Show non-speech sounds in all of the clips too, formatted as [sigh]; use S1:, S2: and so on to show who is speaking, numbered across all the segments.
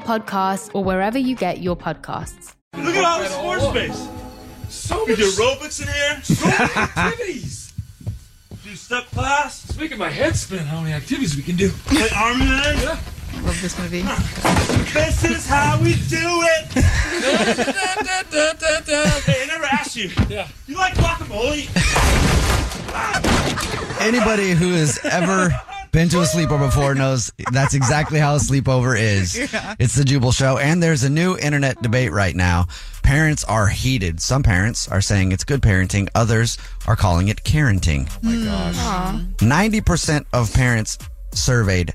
S1: Podcasts, or wherever you get your podcasts.
S2: Look at all the sports space.
S3: So
S2: We
S3: much,
S2: do aerobics in here.
S3: so [laughs] many activities.
S2: Do step class.
S3: It's making my head spin how many activities we can do.
S2: Play arm men. Love this movie. This is how we do
S3: [laughs]
S2: it. Hey, I never asked you.
S3: Yeah.
S2: You like guacamole?
S4: Anybody who has ever been to a sleepover before knows that's exactly how a sleepover is. It's the Jubal Show, and there's a new internet debate right now. Parents are heated. Some parents are saying it's good parenting, others are calling it parenting. Oh my gosh. 90% of parents surveyed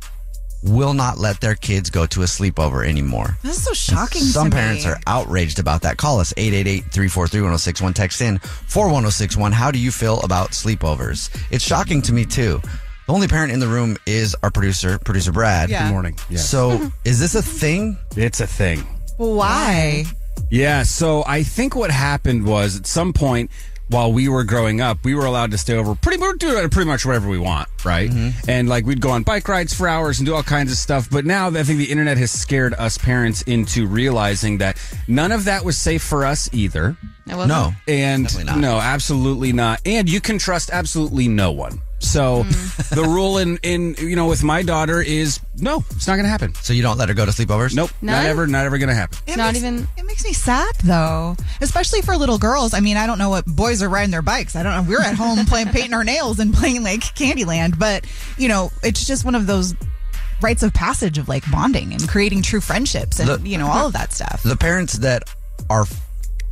S4: will not let their kids go to a sleepover anymore.
S5: That's so shocking.
S4: Some
S5: to
S4: parents
S5: me.
S4: are outraged about that. Call us 888-343-1061. Text in 41061. How do you feel about sleepovers? It's shocking to me too. The only parent in the room is our producer, producer Brad.
S5: Yeah. Good
S6: morning. Yes.
S4: So is this a thing?
S6: It's a thing.
S5: Why?
S6: Yeah, so I think what happened was at some point while we were growing up, we were allowed to stay over pretty much do pretty much whatever we want, right?
S4: Mm-hmm.
S6: And like we'd go on bike rides for hours and do all kinds of stuff. But now I think the internet has scared us parents into realizing that none of that was safe for us either.
S5: It wasn't-
S4: No.
S6: And
S4: Definitely not.
S6: no, absolutely not. And you can trust absolutely no one. So [laughs]
S5: Hmm.
S6: the rule in in you know with my daughter is no, it's not going to happen.
S4: So you don't let her go to sleepovers?
S6: Nope,
S5: None?
S6: not ever, not ever going to happen.
S5: It
S1: Not
S5: makes-
S1: even-
S5: It makes me sad though, especially for little girls. I mean, I don't know what boys are riding their bikes. I don't know. We're at
S1: [laughs]
S5: home playing painting our nails and playing like Candyland, but you know, it's just one of those rites of passage of like bonding and creating true friendships and
S4: Look-
S5: you know all of that stuff.
S4: The parents that are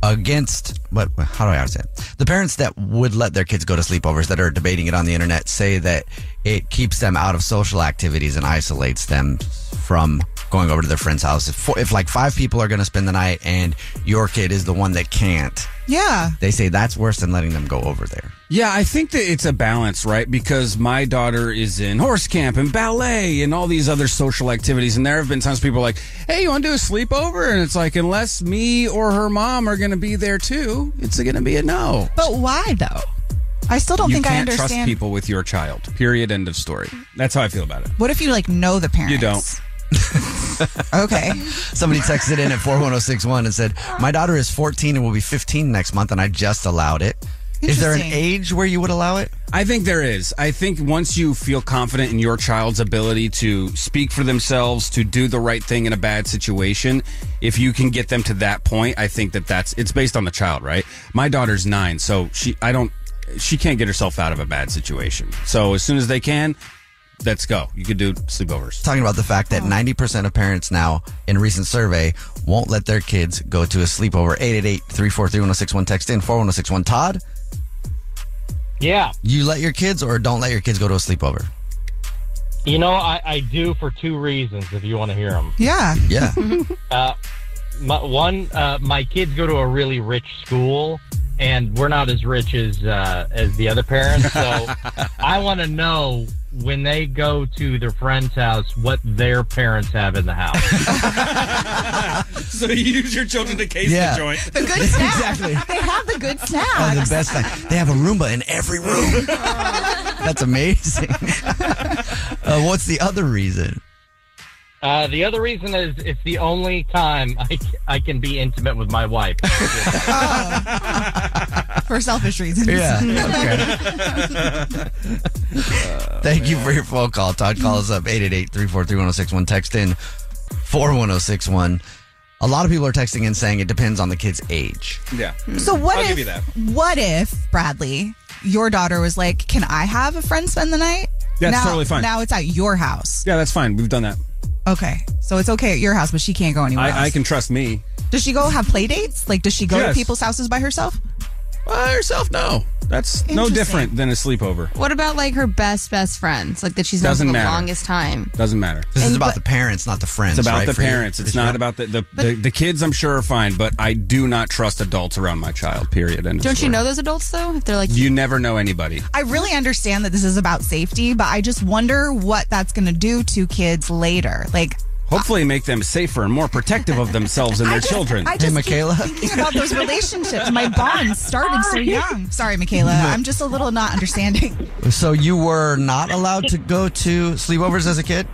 S4: against what how do I say it? The parents that would let their kids go to sleepovers that are debating it on the internet say that it keeps them out of social activities and isolates them from going over to their friend's house. If, four, if like five people are going to spend the night and your kid is the one that can't,
S5: Yeah.
S4: they say that's worse than letting them go over there.
S6: Yeah, I think that it's a balance, right? Because my daughter is in horse camp and ballet and all these other social activities. And there have been times people are like, hey, you want to do a sleepover? And it's like, unless me or her mom are going to be there too, it's going to be a no.
S5: But why though? I still don't
S6: you
S5: think I
S6: can't
S5: understand.
S6: trust people with your child. Period. End of story. That's how I feel about it.
S5: What if you like know the parents?
S6: You don't.
S5: [laughs] Okay.
S4: Somebody texted in at 41061 and said, My daughter is 14 and will be 15 next month, and I just allowed it. Is there an
S5: Interesting.
S4: age where you would allow it?
S6: I think there is. I think once you feel confident in your child's ability to speak for themselves, to do the right thing in a bad situation, if you can get them to that point, I think that that's it's based on the child, right? My daughter's 9, so she I don't she can't get herself out of a bad situation. So as soon as they can, let's go. You could do sleepovers.
S4: talking about the fact that 90% of parents now in a recent survey won't let their kids go to a sleepover 888-343-1061 text in 41061 todd
S7: Yeah,
S4: you let your kids or don't let your kids go to a sleepover
S7: you know, I, I do for two reasons. If you want to hear
S4: [laughs]
S7: them,
S5: Yeah.
S4: yeah
S7: my, one, uh, my kids go to a really rich school,
S4: [laughs]
S7: and we're not as rich as uh, as the other parents, so I want to know when they go to their friend's house what their parents have in the
S4: [laughs]
S7: house.
S6: [laughs] so you use your children to case
S4: Yeah.
S6: the joint.
S5: The good snack. They have the good
S4: Oh, the
S5: snack.
S4: best thing. They have a Roomba in every room. That's amazing. [laughs] uh, what's the other reason?
S7: Uh, the other reason is it's the only time I, c- I can be intimate with my
S4: [laughs]
S7: wife.
S5: [laughs] For selfish reasons.
S4: Yeah,
S5: [laughs]
S4: Thank you for your phone call. Todd, call us up 888-343-1061. Text in 41061. A lot of people are texting and saying it depends on the kid's age.
S6: Yeah.
S5: So what
S4: I'll
S5: if
S4: give you that.
S5: what if Bradley, your daughter was like, "Can I have a friend spend the night?"
S6: That's
S5: now,
S6: totally fine.
S5: Now it's at your house.
S6: Yeah, that's fine. We've done that.
S5: Okay, so it's okay at your house, but she can't go anywhere.
S6: I, I
S5: else.
S6: can trust me.
S5: Does she go have play dates? Like, does she go
S6: Yes.
S5: to people's houses by herself?
S6: By herself, no. That's no
S8: Interesting.
S6: different than a sleepover.
S8: What about like her best best friends? Like that she's known for
S6: Doesn't
S8: the
S6: matter.
S8: longest time.
S6: Doesn't matter.
S4: This is about the parents, not the friends.
S6: It's about
S4: right,
S6: the
S4: for you?
S6: parents. It's
S4: For sure.
S6: not about the the, the the kids. I'm sure are fine, but I do not trust adults around my child. Period. And
S8: Don't you know those adults though? If they're like
S6: you never know anybody.
S5: I really understand that this is about safety, but I just wonder what that's going to do to kids later. Like,
S6: Hopefully, make them safer and more protective of themselves and their children.
S5: I just keep thinking about those relationships. My bonds started so young. Sorry, Michaela. I'm just a little not understanding.
S4: [laughs] So you were not allowed to go to sleepovers as a kid?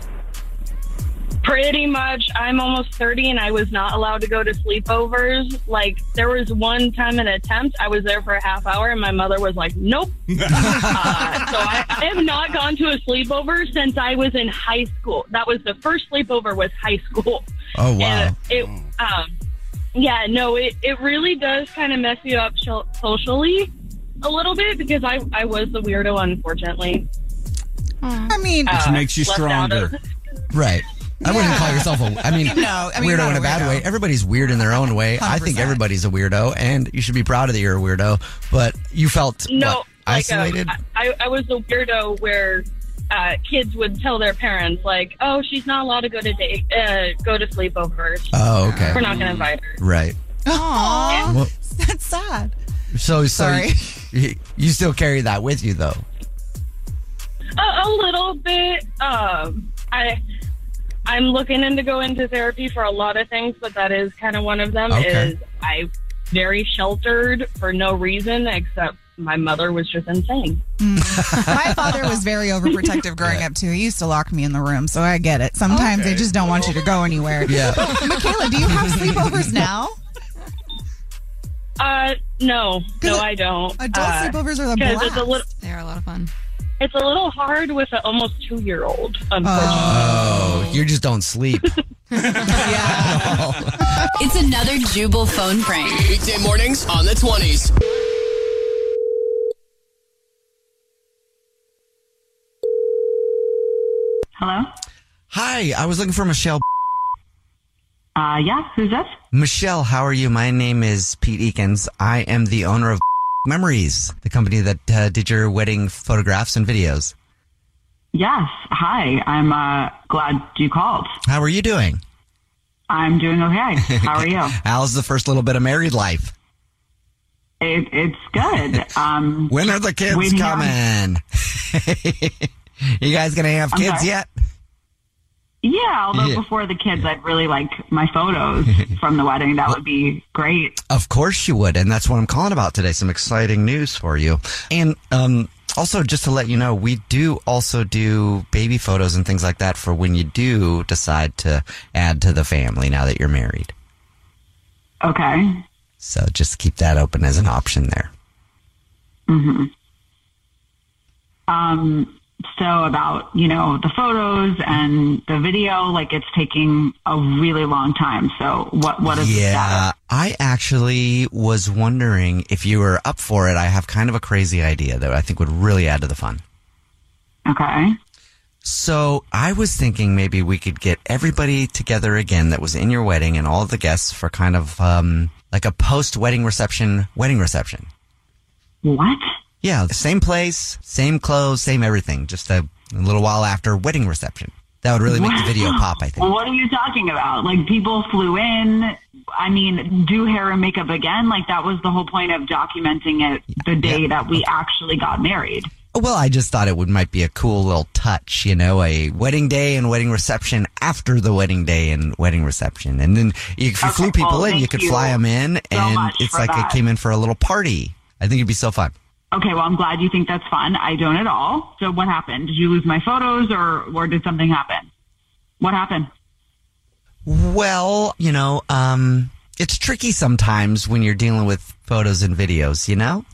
S9: Pretty much. I'm almost 30 and I was not allowed to go to sleepovers. Like, there was one time an attempt. I was there for a half hour and my mother was
S4: [laughs]
S9: like, nope. Uh, so I, I have not gone to a sleepover since I was in high school. That was the first sleepover was high school.
S4: Oh, wow.
S9: And it, um, yeah, no, it, it really does kind of mess you up so- socially a little bit because I, I was the weirdo, unfortunately.
S5: I mean,
S9: Which makes you left out of-
S4: Right. I wouldn't call yourself a. I mean,
S5: [laughs] No, I mean, you're
S4: weirdo
S5: not
S4: in a
S5: a
S4: bad way. Everybody's weird in their own way. I think everybody's a weirdo, and you should be proud of that you're a weirdo. But you felt what,
S9: No, like,
S5: uh,
S4: isolated.
S9: Um, I, I was the weirdo where uh, kids would tell their parents, like, "Oh, she's not allowed to go to day, uh, go to sleepovers.
S4: oh, okay.
S9: We're not going to invite her."
S4: Right.
S10: Oh.
S5: Aww,
S4: Well,
S5: that's sad.
S4: so so
S5: Sorry.
S4: You, you still carry that with you though.
S9: A, a little bit. Um, I I'm looking into go into therapy for a lot of things, but that is kind of one of them.
S4: Okay.
S9: Is I very sheltered for no reason except my mother was just insane.
S5: My father was
S4: [laughs]
S5: very overprotective growing up too. He used to lock me in the room, so I get it. Sometimes they
S9: Okay.
S5: just don't want you to
S4: [laughs]
S5: go anywhere.
S9: Yeah.
S5: [laughs] But, Michaela, do you have sleepovers now?
S9: Uh, no, no, I don't.
S5: adult
S9: Uh,
S5: sleepovers are the
S9: 'cause It's a
S5: blast.
S9: little,
S8: they are a lot of fun.
S9: It's a little hard with an almost two year old, unfortunately.
S4: Oh, you just don't sleep.
S11: It's another Jubal phone prank. Weekday mornings on the 20s.
S12: Hello?
S4: Hi, I was looking for Michelle.
S12: Uh, yeah, who's this?
S4: Michelle, how are you? My name is Pete Eakins. I am the owner of Memories, the company that uh, did your wedding photographs and videos.
S12: Yes. Hi. I'm uh, glad you called.
S4: How are you doing?
S12: I'm doing okay.
S4: [laughs]
S12: How are you?
S4: How's the first little bit of married life?
S12: It, it's
S4: [laughs]
S12: good. [laughs] Um,
S4: When are the kids
S12: waiting on-
S4: coming? [laughs] you guys gonna have
S12: I'm
S4: kids
S12: sorry?
S4: yet?
S12: yeah, although
S4: Yeah.
S12: before the kids, I'd really like my
S4: [laughs]
S12: photos from the wedding. That would be great.
S4: Of course you would, and that's what I'm calling about today. Some exciting news for you, and um, also just to let you know, we do also do baby photos and things like that for when you do decide to add to the family now that you're married.
S12: Okay.
S4: So just keep that open as an option there.
S12: hmm Um, so about, you know, the photos and the video, like it's taking a really long time. So what, what is
S4: yeah,
S12: the status?
S4: I actually was wondering if you were up for it. I have kind of a crazy idea that I think would really add to the fun.
S12: Okay.
S4: So I was thinking maybe we could get everybody together again that was in your wedding and all the guests for kind of um, like a post wedding reception, wedding reception.
S12: What?
S4: Yeah, same place, same clothes, same everything. Just a, a little while after wedding reception. That would really make the video
S12: Wow.
S4: pop. I think.
S12: What are you talking about? Like people flew in. I mean, do hair and makeup again. Like that was the whole point of documenting it the day that we actually got married.
S4: Well, I just thought it would might be a cool little touch, you know, a wedding day and wedding reception after the wedding day and wedding reception, and then if you
S13: Okay,
S4: flew people
S13: well,
S4: in, you
S13: thank
S4: could
S13: you
S4: fly them in,
S13: so
S4: and
S13: much
S4: it's
S13: for
S4: like
S13: that.
S4: it came in for a little party. I think it'd be so fun.
S12: Okay, well, I'm glad you think that's fun. I don't at all. So what happened? Did you lose my photos or, or did something happen? What happened?
S4: Well, you know, um, it's tricky sometimes when you're dealing with photos and videos, you know?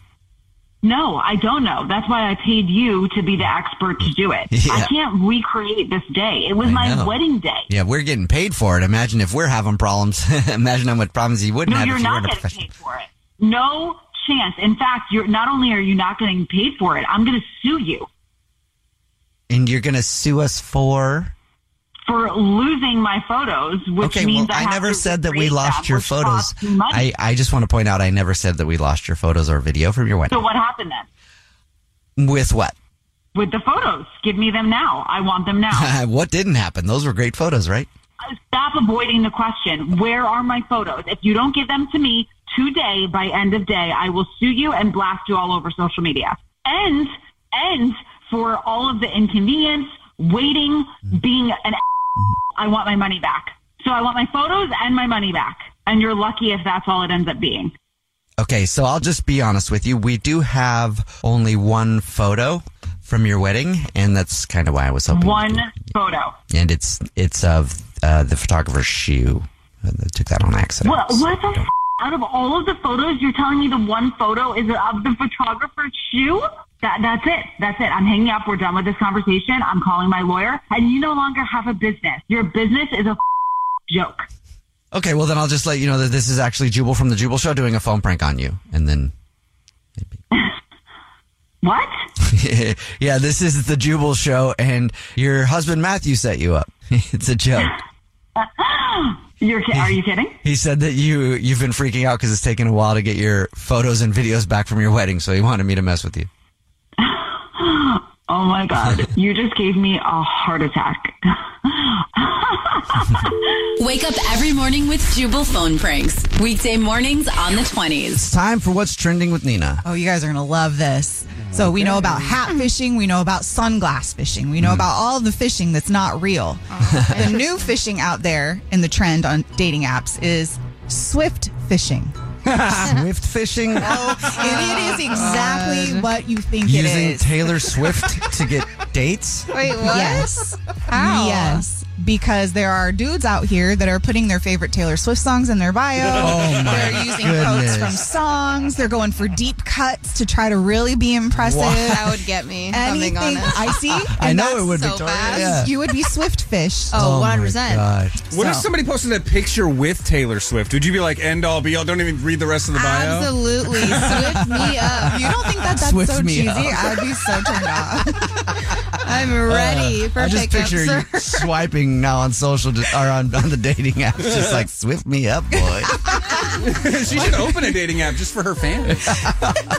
S12: No, I don't know. That's why I paid you to be the expert to do it.
S4: [laughs] Yeah.
S12: I can't recreate this day. It was
S4: I
S12: my
S4: know.
S12: wedding day.
S4: Yeah, we're getting paid for it. Imagine if we're having problems. [laughs] Imagine how much problems you wouldn't
S12: No,
S4: have
S12: you're
S4: if you
S12: not
S4: weren't a
S12: getting
S4: professional.
S12: paid for it. No chance. In fact, you're not only are you not getting paid for it, I'm going to sue you
S4: And you're going to sue us for.
S12: for losing my photos, which
S4: okay,
S12: means
S4: well,
S12: I,
S4: I,
S12: have
S4: never
S12: to
S4: said that we
S12: recreate
S4: lost
S12: them,
S4: your
S12: which
S4: photos.
S12: costs me money.
S4: I, I just want to point out I never said that we lost your photos or video from your
S12: so
S4: wedding.
S12: what happened then?
S4: With what?
S12: With the photos, give me them now. I want
S4: [laughs]
S12: them now.
S4: what didn't happen? Those were great photos, right?
S12: Stop avoiding the question. Where are my photos? If you don't give them to me today by end of day, I will sue you and blast you all over social media. And and for all of the inconvenience, waiting, being an I want my money back. So I want my photos and my money back. And you're lucky if that's all it ends up being.
S4: Okay, so I'll just be honest with you. We do have only one photo from your wedding, and that's kind of why I was hoping.
S12: One photo.
S4: And it's it's of uh, the photographer's shoe. I took that on accident.
S12: What, what the f- out of all of the photos, you're telling me the one photo is of the photographer's shoe? That, that's it. That's it. I'm hanging up. We're done with this conversation. I'm calling my lawyer. And you no longer have a business. Your business is a f- joke. [gasps]
S4: Okay, well then I'll just let you know that this is actually Jubal from the Jubal Show doing a phone prank on you, and then
S5: [laughs]
S12: What?
S4: [laughs] yeah, this is the Jubal Show, and your husband Matthew set you up. [laughs] it's a joke.
S12: You're, ki- are you kidding? [gasps]
S4: He said that you you've been freaking out because it's taken a while to get your photos and videos back from your wedding, so he wanted me to mess with you.
S12: Oh my God. You just gave me a heart attack.
S14: Wake up every morning with Jubal phone pranks. Weekday mornings on the 20s.
S4: It's time for what's trending with Nina.
S5: Oh, you guys are going to love this. So, we know about hat fishing. We know about sunglass fishing. We know
S4: Mm-hmm.
S5: about all the fishing that's not real.
S4: Uh-huh.
S5: the new fishing out there in the trend on dating apps is swift fishing.
S4: [laughs] Swift fishing? Uh,
S5: Oh, and [laughs] it is exactly what you think it
S4: Using
S5: is. [laughs]
S4: Taylor Swift to get dates.
S8: [laughs]
S5: Yes. Yes. Because there are dudes out here that are putting their favorite Taylor Swift songs in their bio.
S4: [laughs] Oh, my
S5: They're using
S4: goodness.
S5: quotes from songs. They're going for deep cuts to try to really be impressive.
S4: What? That
S8: would get me, if I'm being
S5: Anything
S8: honest. [laughs]
S5: icy?
S4: I
S5: and
S4: know
S5: that's
S4: it would,
S5: so
S4: Victoria,
S5: fast.
S4: yeah.
S5: You would be swift fish.
S8: Oh,
S6: Oh,
S4: Oh
S6: What if
S5: So-
S6: somebody posted that picture with Taylor Swift? Would you be like, end all be all? Don't even read the rest of the bio. [laughs]
S8: Absolutely. Swift me up.
S5: You don't think that that's
S6: Swift
S5: so
S6: me
S5: cheesy?
S6: up.
S5: I'd be so turned off.
S8: [laughs] I'm ready
S4: Uh,
S8: for
S4: I just
S8: pickup,
S6: [laughs]
S4: picture
S8: sir.
S4: you swiping now on social just, or on, on the dating apps, just like swift me up, boy.
S6: [laughs] she should [laughs] open a dating app just for her fans.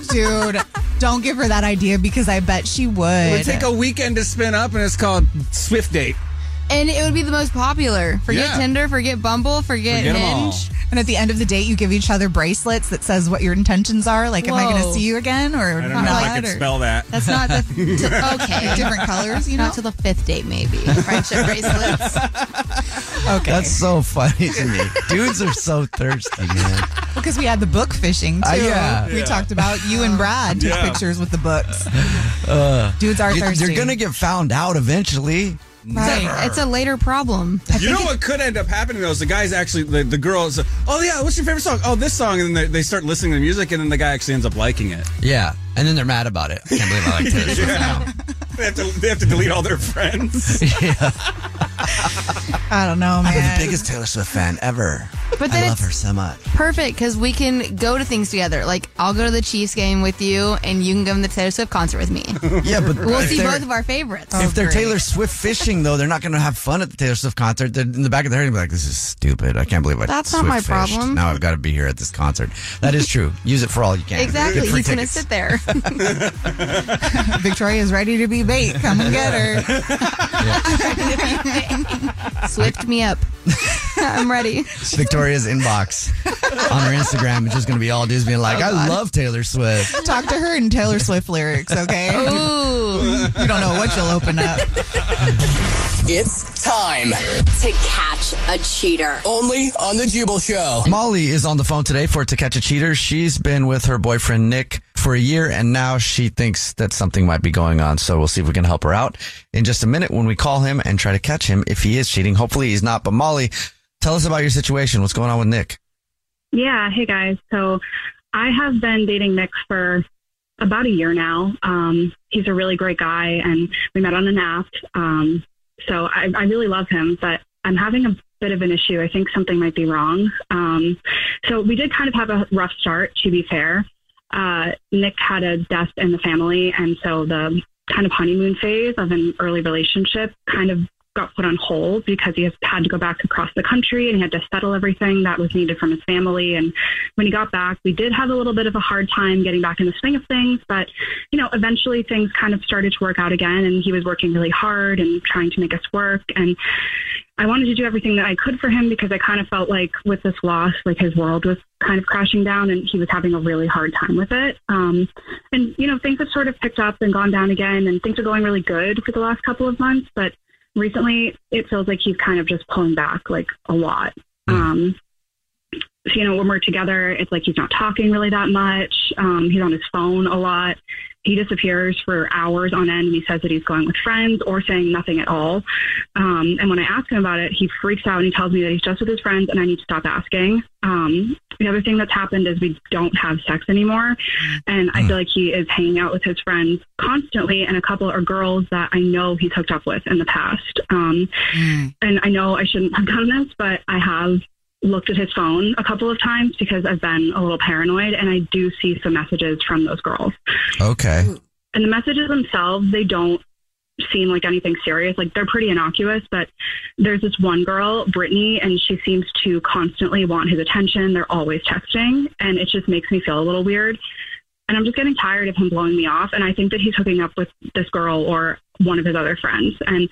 S5: Dude, don't give her that idea because I bet she would.
S6: It would take a weekend to spin up, and it's called Swift Date.
S8: And it would be the most popular. Forget
S6: Yeah.
S8: Tinder, forget Bumble, forget,
S6: Forget 'em all.
S8: Hinge.
S5: And at the end of the date, you give each other bracelets that says what your intentions are. Like, am I going
S8: Whoa.
S5: to see you again or
S6: I don't know
S5: not?
S6: if I could
S5: or-
S6: spell that.
S8: [laughs] That's
S6: [laughs]
S8: not the Oh, to, okay.
S5: Different colors, you know?
S8: Not to the fifth date, maybe. Friendship
S5: [laughs]
S8: bracelets.
S5: Okay.
S4: That's so funny
S6: [laughs]
S4: to me. Dudes are so thirsty, man.
S5: Because we had the book fishing too.
S4: Uh, yeah.
S5: We
S4: Yeah.
S5: talked about you and Brad took
S4: Yeah.
S5: pictures with the books.
S4: Uh,
S5: Dudes are thirsty.
S4: They're gonna get found out eventually.
S8: Right. It's a later problem.
S6: You know what could end up happening though is the guys actually the, the girls oh yeah what's your favorite song oh this song and then they, they start listening to the music and then the guy actually ends up liking it
S4: Yeah, and then they're mad about it. I [laughs] can't believe I like
S6: [laughs]
S4: Taylor Swift now.
S6: they have to they have to delete all their friends [laughs]
S5: I don't know, man.
S4: I'm the biggest Taylor Swift fan ever.
S8: But
S4: I
S8: then
S4: love
S8: it's-
S4: her so much.
S8: Perfect, because we can go to things together. Like I'll go to the Chiefs game with you, and you can go to the Taylor Swift concert with me.
S4: [laughs] Yeah, but
S8: we'll
S4: if
S8: see
S4: they're-
S8: both of our favorites.
S4: if they're Taylor Swift fishing, though, they're not going to have fun at the Taylor Swift concert. They're in the back of their head, they're like, "This is stupid. I can't believe I
S8: That's not
S4: Swift
S8: my
S4: fished.
S8: problem."
S4: Now I've got to be here at this concert." That is true. Use it for all you can.
S8: [laughs] exactly,
S4: Get free
S8: he's gonna
S4: tickets.
S8: sit
S5: [laughs]
S8: there.
S5: Victoria's ready to be bait. Come and get
S4: [laughs]
S8: [laughs]
S5: her. [laughs]
S8: Swift me up. I'm ready.
S4: Victoria's inbox. on her Instagram. It's just going to be all dudes being like,
S15: Oh,
S4: I
S15: God.
S4: love Taylor Swift.
S15: Talk to her in Taylor Swift lyrics, okay?
S14: Ooh.
S15: You don't know what you'll open up.
S14: It's time to catch a cheater. Only on the Jubal Show.
S4: Molly is on the phone today for To Catch a Cheater. She's been with her boyfriend Nick for a year and now she thinks that something might be going on. So we'll see if we can help her out in just a minute when we call him and try to catch him if he is cheating. Hopefully he's not. But Molly, tell us about your situation. What's going on with Nick?
S16: Yeah, hey guys. So I have been dating Nick for about a year now. Um, he's a really great guy, and we met on an app. Um, so I, I really love him, but I'm having a bit of an issue. I think something might be wrong. Um, so we did kind of have a rough start, to be fair. Uh, Nick had a death in the family, and so the kind of honeymoon phase of an early relationship kind of got put on hold because he has had to go back across the country and he had to settle everything that was needed from his family. And when he got back, we did have a little bit of a hard time getting back in the swing of things, but you know, eventually things kind of started to work out again and he was working really hard and trying to make us work and I wanted to do everything that I could for him because I kind of felt like with this loss, like his world was kind of crashing down and he was having a really hard time with it. Um, and, you know, things have sort of picked up and gone down again and things are going really good for the last couple of months. But recently it feels like he's kind of just pulling back like a lot. Um, so, you know, when we're together, it's like he's not talking really that much. Um, he's on his phone a lot. He disappears for hours on end and he says that he's going with friends or saying nothing at all. Um, and when I ask him about it, he freaks out and he tells me that he's just with his friends and I need to stop asking. Um, the other thing that's happened is we don't have sex anymore. And I feel like he is hanging out with his friends constantly and a couple are girls that I know he's hooked up with in the past. Um, And I know I shouldn't have done this, but I have looked at his phone a couple of times because I've been a little paranoid and I do see some messages from those girls.
S4: Okay.
S16: And the messages themselves, they don't seem like anything serious. Like they're pretty innocuous, but there's this one girl, Brittany, and she seems to constantly want his attention. They're always texting and it just makes me feel a little weird. And I'm just getting tired of him blowing me off. And I think that he's hooking up with this girl or one of his other friends. And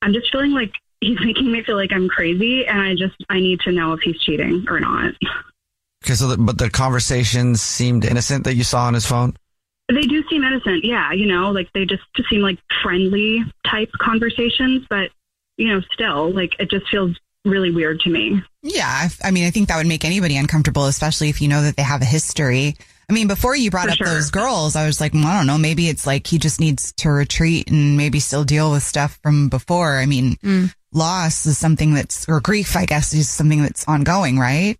S16: I'm just feeling like he's making me feel like I'm crazy. And I just, I need to know if he's cheating or not.
S4: Okay. So, the, but the conversations seemed innocent that you saw on his phone.
S16: They do seem innocent, yeah. You know, like they just seem like friendly type conversations, but you know, still, like it just feels really weird to me.
S5: Yeah, I f- I mean, I think that would make anybody uncomfortable, especially if you know that they have a history. I mean, before you brought
S16: For
S5: up
S16: sure.
S5: those girls, I was like, well, I don't know, maybe it's like he just needs to retreat and maybe still deal with stuff from before. I mean,
S16: Mm.
S5: loss is something that's, or grief, I guess, is something that's ongoing, right?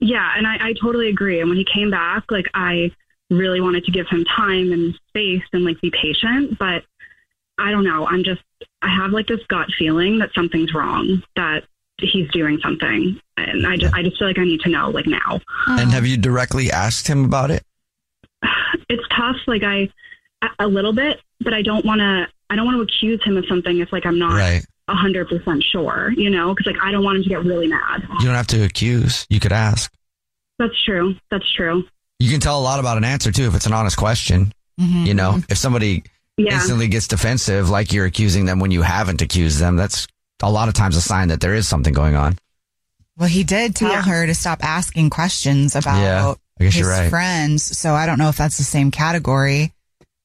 S16: Yeah, and I, I totally agree. And when he came back, like I really wanted to give him time and space and like be patient, but I don't know. I'm just I have like this gut feeling that something's wrong, that he's doing something, and I just I just feel like I need to know like now.
S4: And have you directly asked him about it?
S16: it's tough. Like I, a- a little bit, but I don't want to. I don't want to accuse him of something if like I'm not
S4: Right.
S16: a hundred percent sure. You know, because like I don't want him to get really mad.
S4: You don't have to accuse. You could ask.
S16: That's true. That's true.
S4: You can tell a lot about an answer too if it's an honest question.
S16: Mhm.
S4: You know, if somebody
S16: Yeah.
S4: instantly gets defensive, like you're accusing them when you haven't accused them, that's a lot of times a sign that there is something going on.
S5: Well, he did tell her to stop asking questions about
S4: Yeah, I guess
S5: his
S4: you're right.
S5: friends. So I don't know if that's the same category.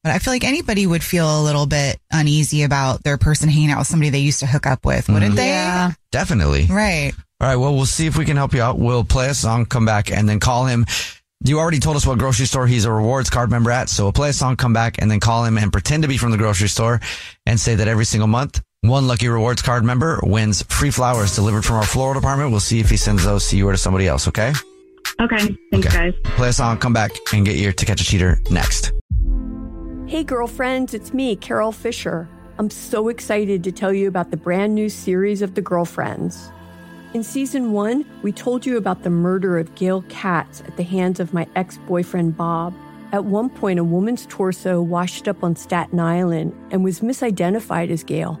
S5: But I feel like anybody would feel a little bit uneasy about their person hanging out with somebody they used to hook up with, wouldn't
S16: Mm-hmm.
S4: Mhm.
S5: they?
S4: Definitely.
S5: Right.
S4: All right. Well, we'll see if we can help you out. We'll play a song, come back, and then call him. You already told us what grocery store he's a rewards card member at. So we'll play a song, come back, and then call him and pretend to be from the grocery store and say that every single month, one lucky rewards card member wins free flowers delivered from our floral department. We'll see if he sends those to you or to somebody else. Okay.
S16: Okay. Thanks, guys.
S4: Play a song, come back, and get your to catch a cheater next.
S12: Hey, girlfriends, it's me, Carol Fisher. I'm so excited to tell you about the brand new series of The Girlfriends. In season one, we told you about the murder of Gail Katz at the hands of my ex boyfriend, Bob. At one point, a woman's torso washed up on Staten Island and was misidentified as Gail.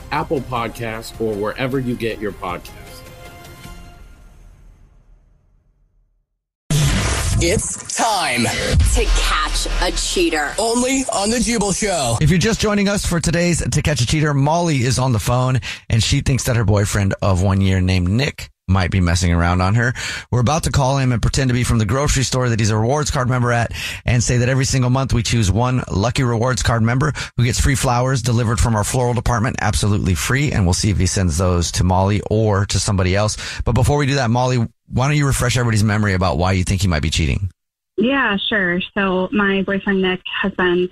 S17: Apple Podcasts, or wherever you get your podcasts.
S11: It's time
S18: To catch a cheater.
S11: only on the Jubal Show.
S4: If you're just joining us for today's To Catch a Cheater, Molly is on the phone and she thinks that her boyfriend of one year named Nick might be messing around on her. We're about to call him and pretend to be from the grocery store that he's a rewards card member at and say that every single month we choose one lucky rewards card member who gets free flowers delivered from our floral department absolutely free. And we'll see if he sends those to Molly or to somebody else. But before we do that, Molly, why don't you refresh everybody's memory about why you think he might be cheating?
S16: Yeah, sure. So my boyfriend Nick has been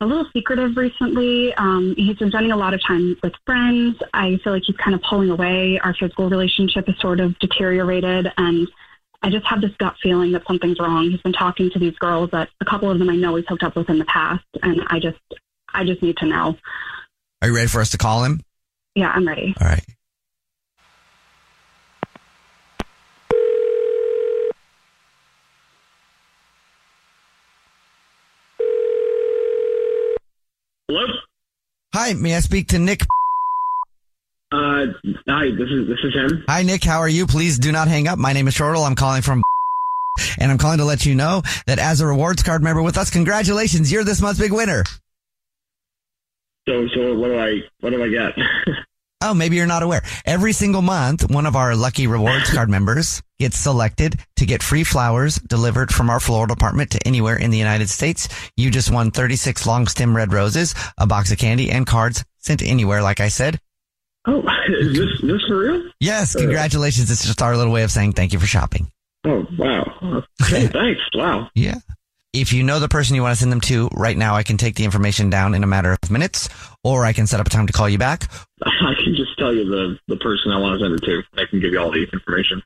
S16: a little secretive recently. Um, he's been spending a lot of time with friends. I feel like he's kind of pulling away. Our physical relationship is sort of deteriorated, and I just have this gut feeling that something's wrong. He's been talking to these girls that a couple of them I know he's hooked up with in the past, and I just, I just need to know.
S4: Are you ready for us to call him?
S16: Yeah, I'm ready.
S4: All right.
S19: Hello.
S4: Hi, may I speak to Nick?
S19: Uh, hi. This is this is him.
S4: Hi, Nick. How are you? Please do not hang up. My name is Shortle. I'm calling from [laughs] and I'm calling to let you know that as a rewards card member with us, congratulations. You're this month's big winner.
S19: So so what do I what do I get? [laughs]
S4: Oh, maybe you're not aware. Every single month, one of our lucky rewards card members gets selected to get free flowers delivered from our floral department to anywhere in the United States. You just won 36 long stem red roses, a box of candy and cards sent anywhere. Like I said,
S19: oh, is this this for real?
S4: yes, congratulations. It's just our little way of saying thank you for shopping.
S19: Oh wow. Okay, thanks. Wow. [laughs]
S4: Yeah. If you know the person you want to send them to right now, I can take the information down in a matter of minutes, or I can set up a time to call you back.
S19: I can just tell you the the person I want to send it to. I can give you all the information.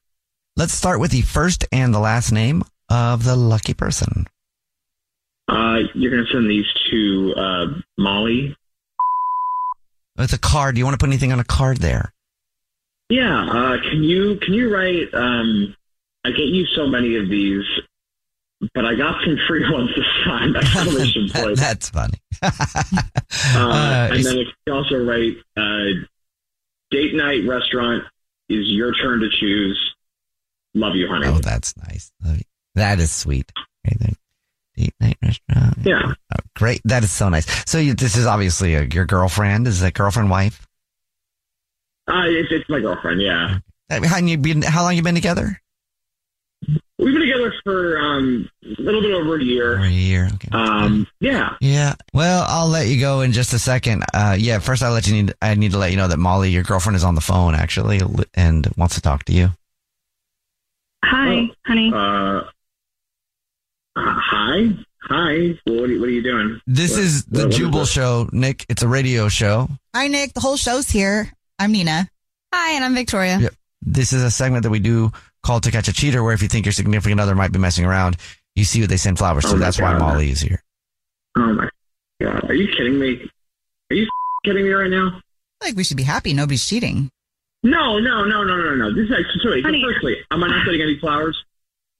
S4: Let's start with the first and the last name of the lucky person.
S19: Uh, you're gonna send these to uh, Molly.
S4: With a card, do you want to put anything on a card there?
S19: Yeah. Uh, can you can you write um I get you so many of these, but I got some [laughs] free ones this time.
S4: [laughs]
S19: Exclamation point.
S4: That's funny. [laughs]
S19: uh, and then if you also write, uh, date night restaurant is your turn to choose. Love you, honey.
S4: Oh, that's nice. That is sweet. Right there. Date night restaurant.
S19: Yeah.
S4: Oh, great. That is so nice. So you, this is obviously a, your girlfriend. Is it girlfriend, wife?
S19: Uh, it's, it's my girlfriend, yeah.
S4: I mean, How you been? How long you been together?
S19: We've been together for um, a little bit over a year. Over a
S4: year, okay.
S19: Um, yeah.
S4: Yeah. Well, I'll let you go in just a second. Uh, yeah. First, I'll let you need. I need to let you know that Molly, your girlfriend, is on the phone actually and wants to talk to you.
S16: Hi, honey.
S19: Uh, hi, hi. Well, what, are you, what are you doing?
S4: This
S19: What-
S4: is
S19: what-
S4: the
S19: what is
S4: Jubal
S19: this?
S4: Show, Nick. It's a radio show.
S5: Hi, Nick. The whole show's here. I'm Nina.
S1: Hi, and I'm Victoria.
S4: Yep. This is a segment that we do called "To Catch a Cheater," where if you think your significant other might be messing around, you see what they send flowers
S19: Oh
S4: to.
S19: my
S4: That's why
S19: God.
S4: Molly is here.
S19: Oh my god! Are you kidding me? Are you kidding me right now?
S5: Like we should be happy. Nobody's cheating.
S19: No, no, no, no, no, no. This is actually. So wait,
S5: Honey.
S19: firstly, am I not getting any flowers?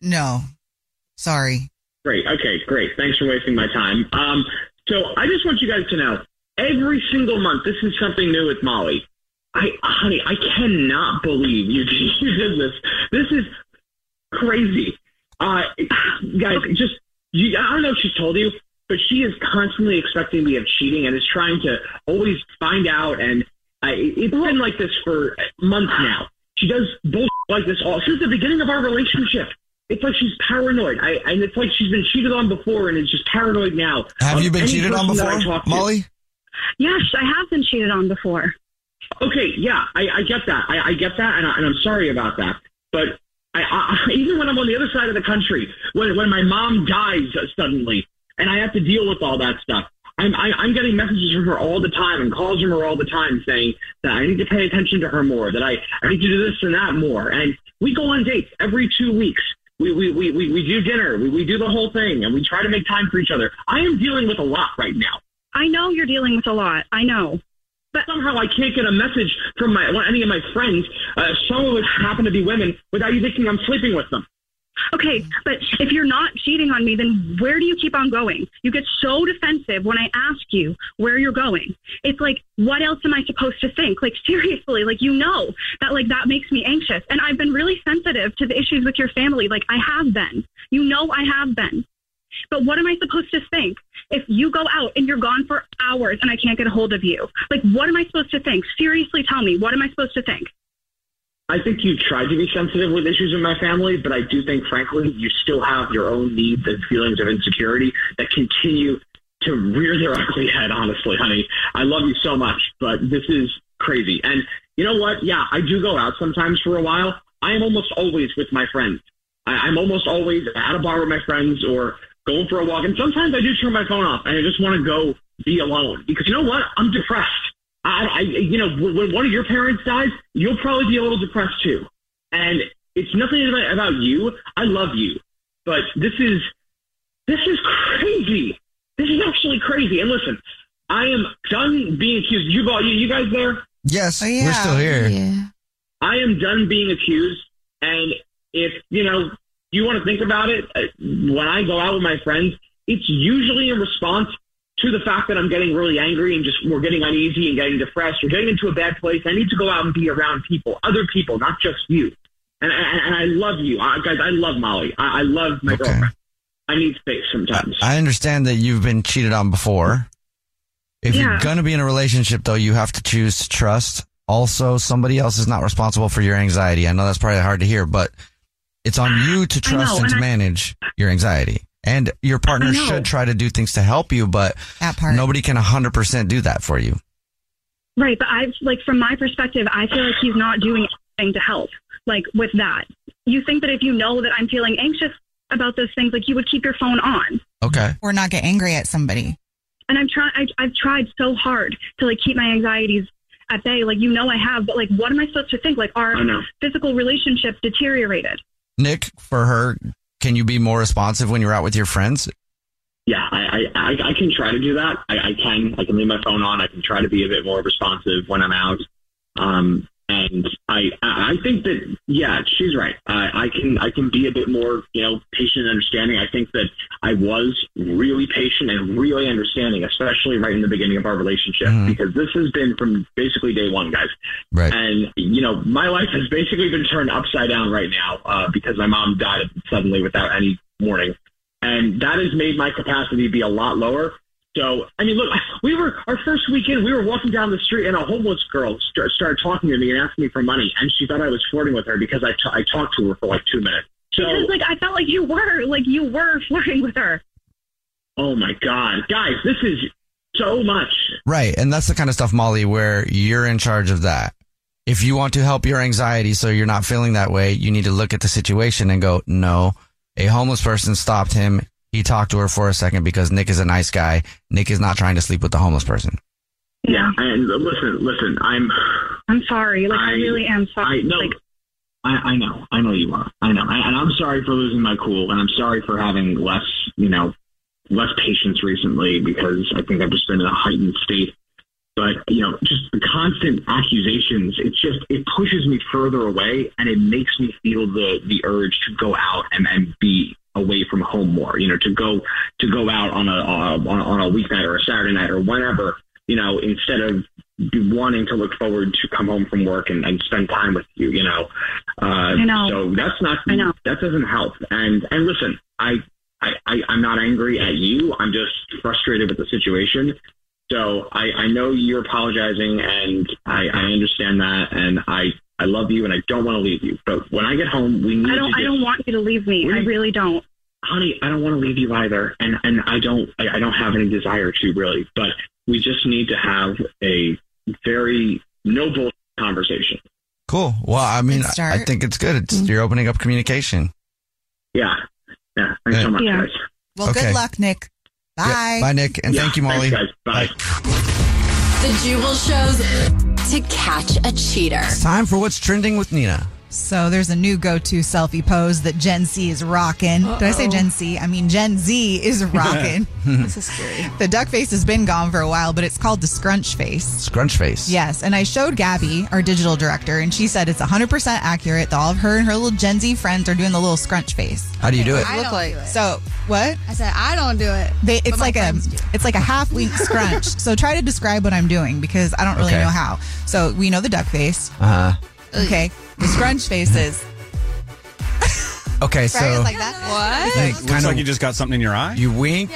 S5: No. Sorry.
S19: Great. Okay, great. Thanks for wasting my time. Um, so I just want you guys to know, every single month, this is something new with Molly. I, honey, I cannot believe you [laughs] you did this. This is crazy. Uh, guys, just you, I don't know if she's told you, but she is constantly expecting me of cheating and is trying to always find out. And I, it's been like this for months now. She does bullshit like this all since the beginning of our relationship. It's like she's paranoid. I and it's like she's been cheated on before and is just paranoid now.
S4: Have
S19: of
S4: you been
S19: any
S4: cheated on
S19: person that I
S4: before,
S19: talk to.
S4: Molly?
S16: Yes, I have been cheated on before.
S19: Okay, yeah, I, I get that. I, I get that, and, I, and I'm sorry about that. But I, I, [laughs] even when I'm on the other side of the country, when, when my mom dies suddenly, and I have to deal with all that stuff, I'm, I, I'm getting messages from her all the time and calls from her all the time saying that I need to pay attention to her more, that I, I need to do this and that more. And we go on dates every two weeks. We, we, we, we, we do dinner. We, we do the whole thing, and we try to make time for each other. I am dealing with a lot right now.
S16: I know you're dealing with a lot. I know.
S19: But somehow I can't get a message from my one- any of my friends. Uh, some of us happen to be women without you thinking I'm sleeping with them.
S16: Okay, but if you're not cheating on me, then where do you keep on going? You get so defensive when I ask you where you're going. It's like, what else am I supposed to think? Like, seriously, like, you know that, like, that makes me anxious. And I've been really sensitive to the issues with your family. Like, I have been. You know, I have been. But what am I supposed to think if you go out and you're gone for hours and I can't get a hold of you? Like, what am I supposed to think? Seriously, tell me, what am I supposed to think?
S19: I think you tried to be sensitive with issues in my family, but I do think, frankly, you still have your own needs and feelings of insecurity that continue to rear their [laughs] ugly head. Honestly, honey, I love you so much, but this is crazy. And you know what? Yeah, I do go out sometimes for a while. I am almost always with my friends. I, I'm almost always at a bar with my friends or going for a walk. And sometimes I do turn my phone off and I just want to go be alone because you know what? I'm depressed. I, I you know, when when one of your parents dies, you'll probably be a little depressed too. And it's nothing about, about you. I love you, but this is this is crazy. This is actually crazy. And listen, I am done being accused. You, all- you, you guys there?
S4: Yes, we're still here.
S19: I am done being accused. And if, you know, you want to think about it, uh, when I go out with my friends, it's usually in response to the fact that I'm getting really angry and just we're getting uneasy and getting depressed or getting into a bad place. I need to go out and be around people, other people, not just you. And, and, and I love you. I, guys, I love Molly. I, I love my girlfriend. I need space sometimes.
S4: I understand that you've been cheated on before. If you're
S19: Yeah.
S4: going to be in a relationship, though, you have to choose to trust. Also, somebody else is not responsible for your anxiety. I know that's probably hard to hear, but it's on you to
S20: I know,
S4: trust and
S20: and
S4: to
S20: I-
S4: manage your anxiety. And your partner
S20: know.
S4: should try to do things to help you, but nobody can 100% do that for you.
S16: Right, but I've like from my perspective, I feel like he's not doing anything to help. Like with that, you think that if you know that I'm feeling anxious about those things, like you would keep your phone on.
S4: Okay.
S5: Or not get angry at somebody.
S16: And I'm trying. I've tried so hard to like keep my anxieties at bay. Like you know I have, but like what am I supposed to think? Like our
S4: I know.
S16: physical relationship deteriorated.
S4: Nick, for her, can you be more responsive when you're out with your friends?
S19: Yeah, I, I, I, I can try to do that. I, I can. I can leave my phone on. I can try to be a bit more responsive when I'm out. Um, And I, I think that yeah, she's right. I, I can, I can be a bit more, you know, patient and understanding. I think that I was really patient and really understanding, especially right in the beginning of our relationship, because this has been from basically day one, guys.
S4: Right.
S19: And you know, my life has basically been turned upside down right now uh, because my mom died suddenly without any warning, and that has made my capacity be a lot lower. So, I mean, look, we were our first weekend. We were walking down the street, and a homeless girl st- started talking to me and asked me for money, and she thought I was flirting with her because I, t- I talked to her for like two minutes. So,
S20: Because like I felt like you were like you were flirting with her.
S19: oh my god, guys, this is so much.
S4: Right. And that's the kind of stuff, Molly, where you're in charge of that. If you want to help your anxiety so you're not feeling that way, you need to look at the situation and go, no, a homeless person stopped him. He talked to her for a second because Nick is a nice guy. Nick is not trying to sleep with the homeless person.
S19: Yeah, and listen, listen, I'm.
S20: I'm sorry. Like I,
S19: I-
S20: really am sorry.
S19: I know.
S20: Like
S19: I, I know. I know you are. I know. I, and I'm sorry for losing my cool, and I'm sorry for having less, you know, less patience recently because I think I've just been in a heightened state. But you know, just the constant accusations, it just it pushes me further away, and it makes me feel the the urge to go out and, and be away from home more. You know, to go to go out on a uh, on a, on a weeknight or a Saturday night or whenever. You know, instead of be wanting to look forward to come home from work and, and spend time with you, you know. Uh,
S20: I know.
S19: So that's not
S20: I know.
S19: that doesn't help. And and listen, I, I I I'm not angry at you. I'm just frustrated with the situation. So I I know you're apologizing, and I I understand that, and I I love you, and I don't want to leave you. But when I get home, we need
S20: I don't
S19: to.
S20: I
S19: get-
S20: don't want you to leave me. I really don't.
S19: honey, I don't want to leave you either, and and I don't I, I don't have any desire to really, but we just need to have a very no bull conversation.
S4: Cool. Well, I mean,
S19: Good
S4: I
S19: start.
S4: I think it's good. It's, You're opening up communication.
S19: Yeah, yeah. Thanks so much,
S5: Yeah.
S19: guys.
S5: Well,
S4: Okay.
S5: good luck, Nick.
S4: Yeah.
S5: Bye.
S4: Bye, Nick. And
S19: Yeah,
S4: thank you, Molly.
S19: thanks,
S4: Bye.
S14: The Jubal shows to catch a cheater.
S4: It's time for what's trending with Nina.
S5: So there's a new go-to selfie pose that Gen Z is rocking. Did I say
S2: Uh-oh.
S5: Gen Z? I mean Gen
S4: [laughs]
S5: Z is rocking.
S2: this is scary.
S5: the duck face has been gone for a while, but it's called the scrunch face.
S4: Scrunch face.
S5: Yes, and I showed Gabby, our digital director, and she said it's 100% accurate that all of her and her little Gen Z friends are doing the little scrunch face.
S4: How do you do it?
S5: look like? So what?
S2: I said I don't do it.
S5: They, it's
S2: But my
S5: like a
S2: friends do.
S5: it's like a half link
S2: [laughs]
S5: scrunch. So try to describe what I'm doing because I don't really
S4: Okay.
S5: know how. So we know the duck face.
S4: Uh,
S5: Okay, the scrunch face is
S4: okay, so.
S5: right? like that.
S2: What?
S4: Like,
S8: Looks
S4: kinda-
S8: like you just got something in your eye.
S4: You wink,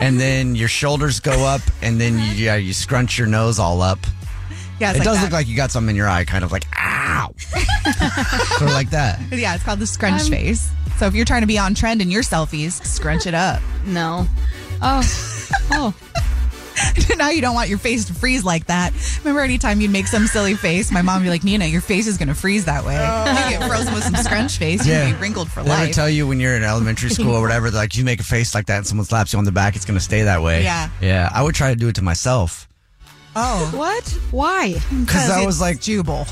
S4: and then your shoulders go up, and then you, yeah, you scrunch your nose all up.
S5: Yeah, it's
S4: it
S5: like
S4: does
S5: that.
S4: look like you got something in your eye, kind of like
S5: [laughs]
S4: ow, sort of like that.
S5: Yeah, it's called the scrunch
S2: Um,
S5: face. So if you're trying to be on trend in your selfies, scrunch it up.
S2: No.
S5: [laughs]
S2: Oh. Oh.
S5: now you don't want your face to freeze like that. Remember anytime you'd make some silly face, my mom would be like, Nina, your face is gonna freeze that way.
S2: Oh.
S5: You get frozen with some scrunch face, you're gonna be wrinkled for
S4: they ever
S5: life.
S4: tell you when you're in elementary school
S5: [laughs]
S4: or whatever, they're like you make a face like that and someone slaps you on the back, it's gonna stay that way.
S5: Yeah.
S4: yeah. I would try to do it to myself
S5: oh.
S2: What? Why?
S4: because I
S8: [laughs]
S4: was like [laughs]
S5: Jubal.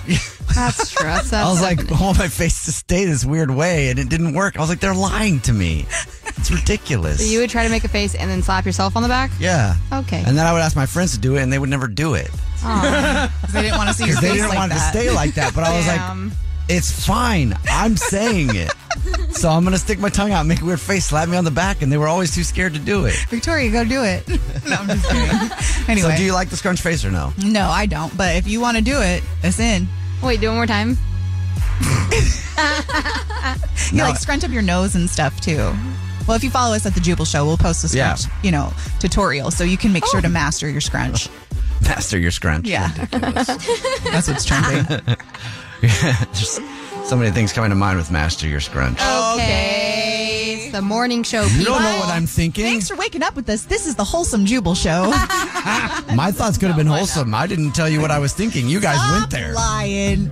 S2: That's stress.
S4: I was like, [laughs] I want my face to stay this weird way, and it didn't work. I was like, they're lying to me. It's
S5: [laughs]
S4: ridiculous.
S2: So you would try to make a face and then slap yourself on the back?
S4: yeah.
S2: Okay.
S4: And then I would ask my friends to do it, and they would never do it.
S2: Aw.
S5: 'Cause they didn't want to see
S4: [laughs]
S5: your
S4: 'Cause
S5: face
S4: they didn't
S5: like
S4: want it
S5: that.
S4: to stay like that. But I was
S2: Damn.
S4: like, it's fine. I'm saying
S5: [laughs]
S4: it. so I'm going to stick my tongue out, make a weird face, slap me on the back. And they were always too scared to do it.
S5: Victoria, go do it. [laughs] no, I'm just kidding. Anyway.
S4: [laughs] So do you like the scrunch face or no?
S5: No, I don't. But if you want to do it, it's in.
S2: Wait, do it one more time.
S5: [laughs] You
S4: No.
S5: like scrunch up your nose and stuff too. Well, if you follow us at the Jubal Show, we'll post the
S4: Yeah.
S5: scrunch, you know, tutorial so you can make sure to master your scrunch.
S4: Master your [laughs] scrunch.
S5: Yeah. [laughs] That's what's trending.
S4: [laughs] There's so many things coming to mind with master your scrunch.
S5: [laughs]
S2: Okay. It's the morning show.
S4: You don't
S2: people.
S4: know what I'm thinking.
S5: Thanks for waking up with us. This is the Wholesome
S4: [laughs]
S5: Jubal Show. [laughs]
S4: My thoughts could have been wholesome. I didn't tell you what I was thinking. You guys went there.
S5: Lion.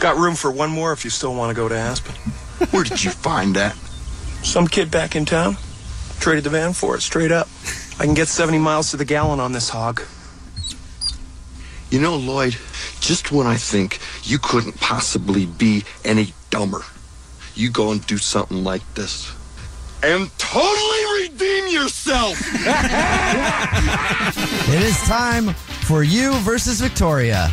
S15: Got room for one more if you still want to go to Aspen. Where did you find that? Some kid back in town. Traded the van for it straight up. I can get 70 miles to the gallon on this hog.
S6: You know, Lloyd, just when I think you couldn't possibly be any dumber, you go and do something like this. And totally redeem yourself!
S4: It is time for You versus Victoria,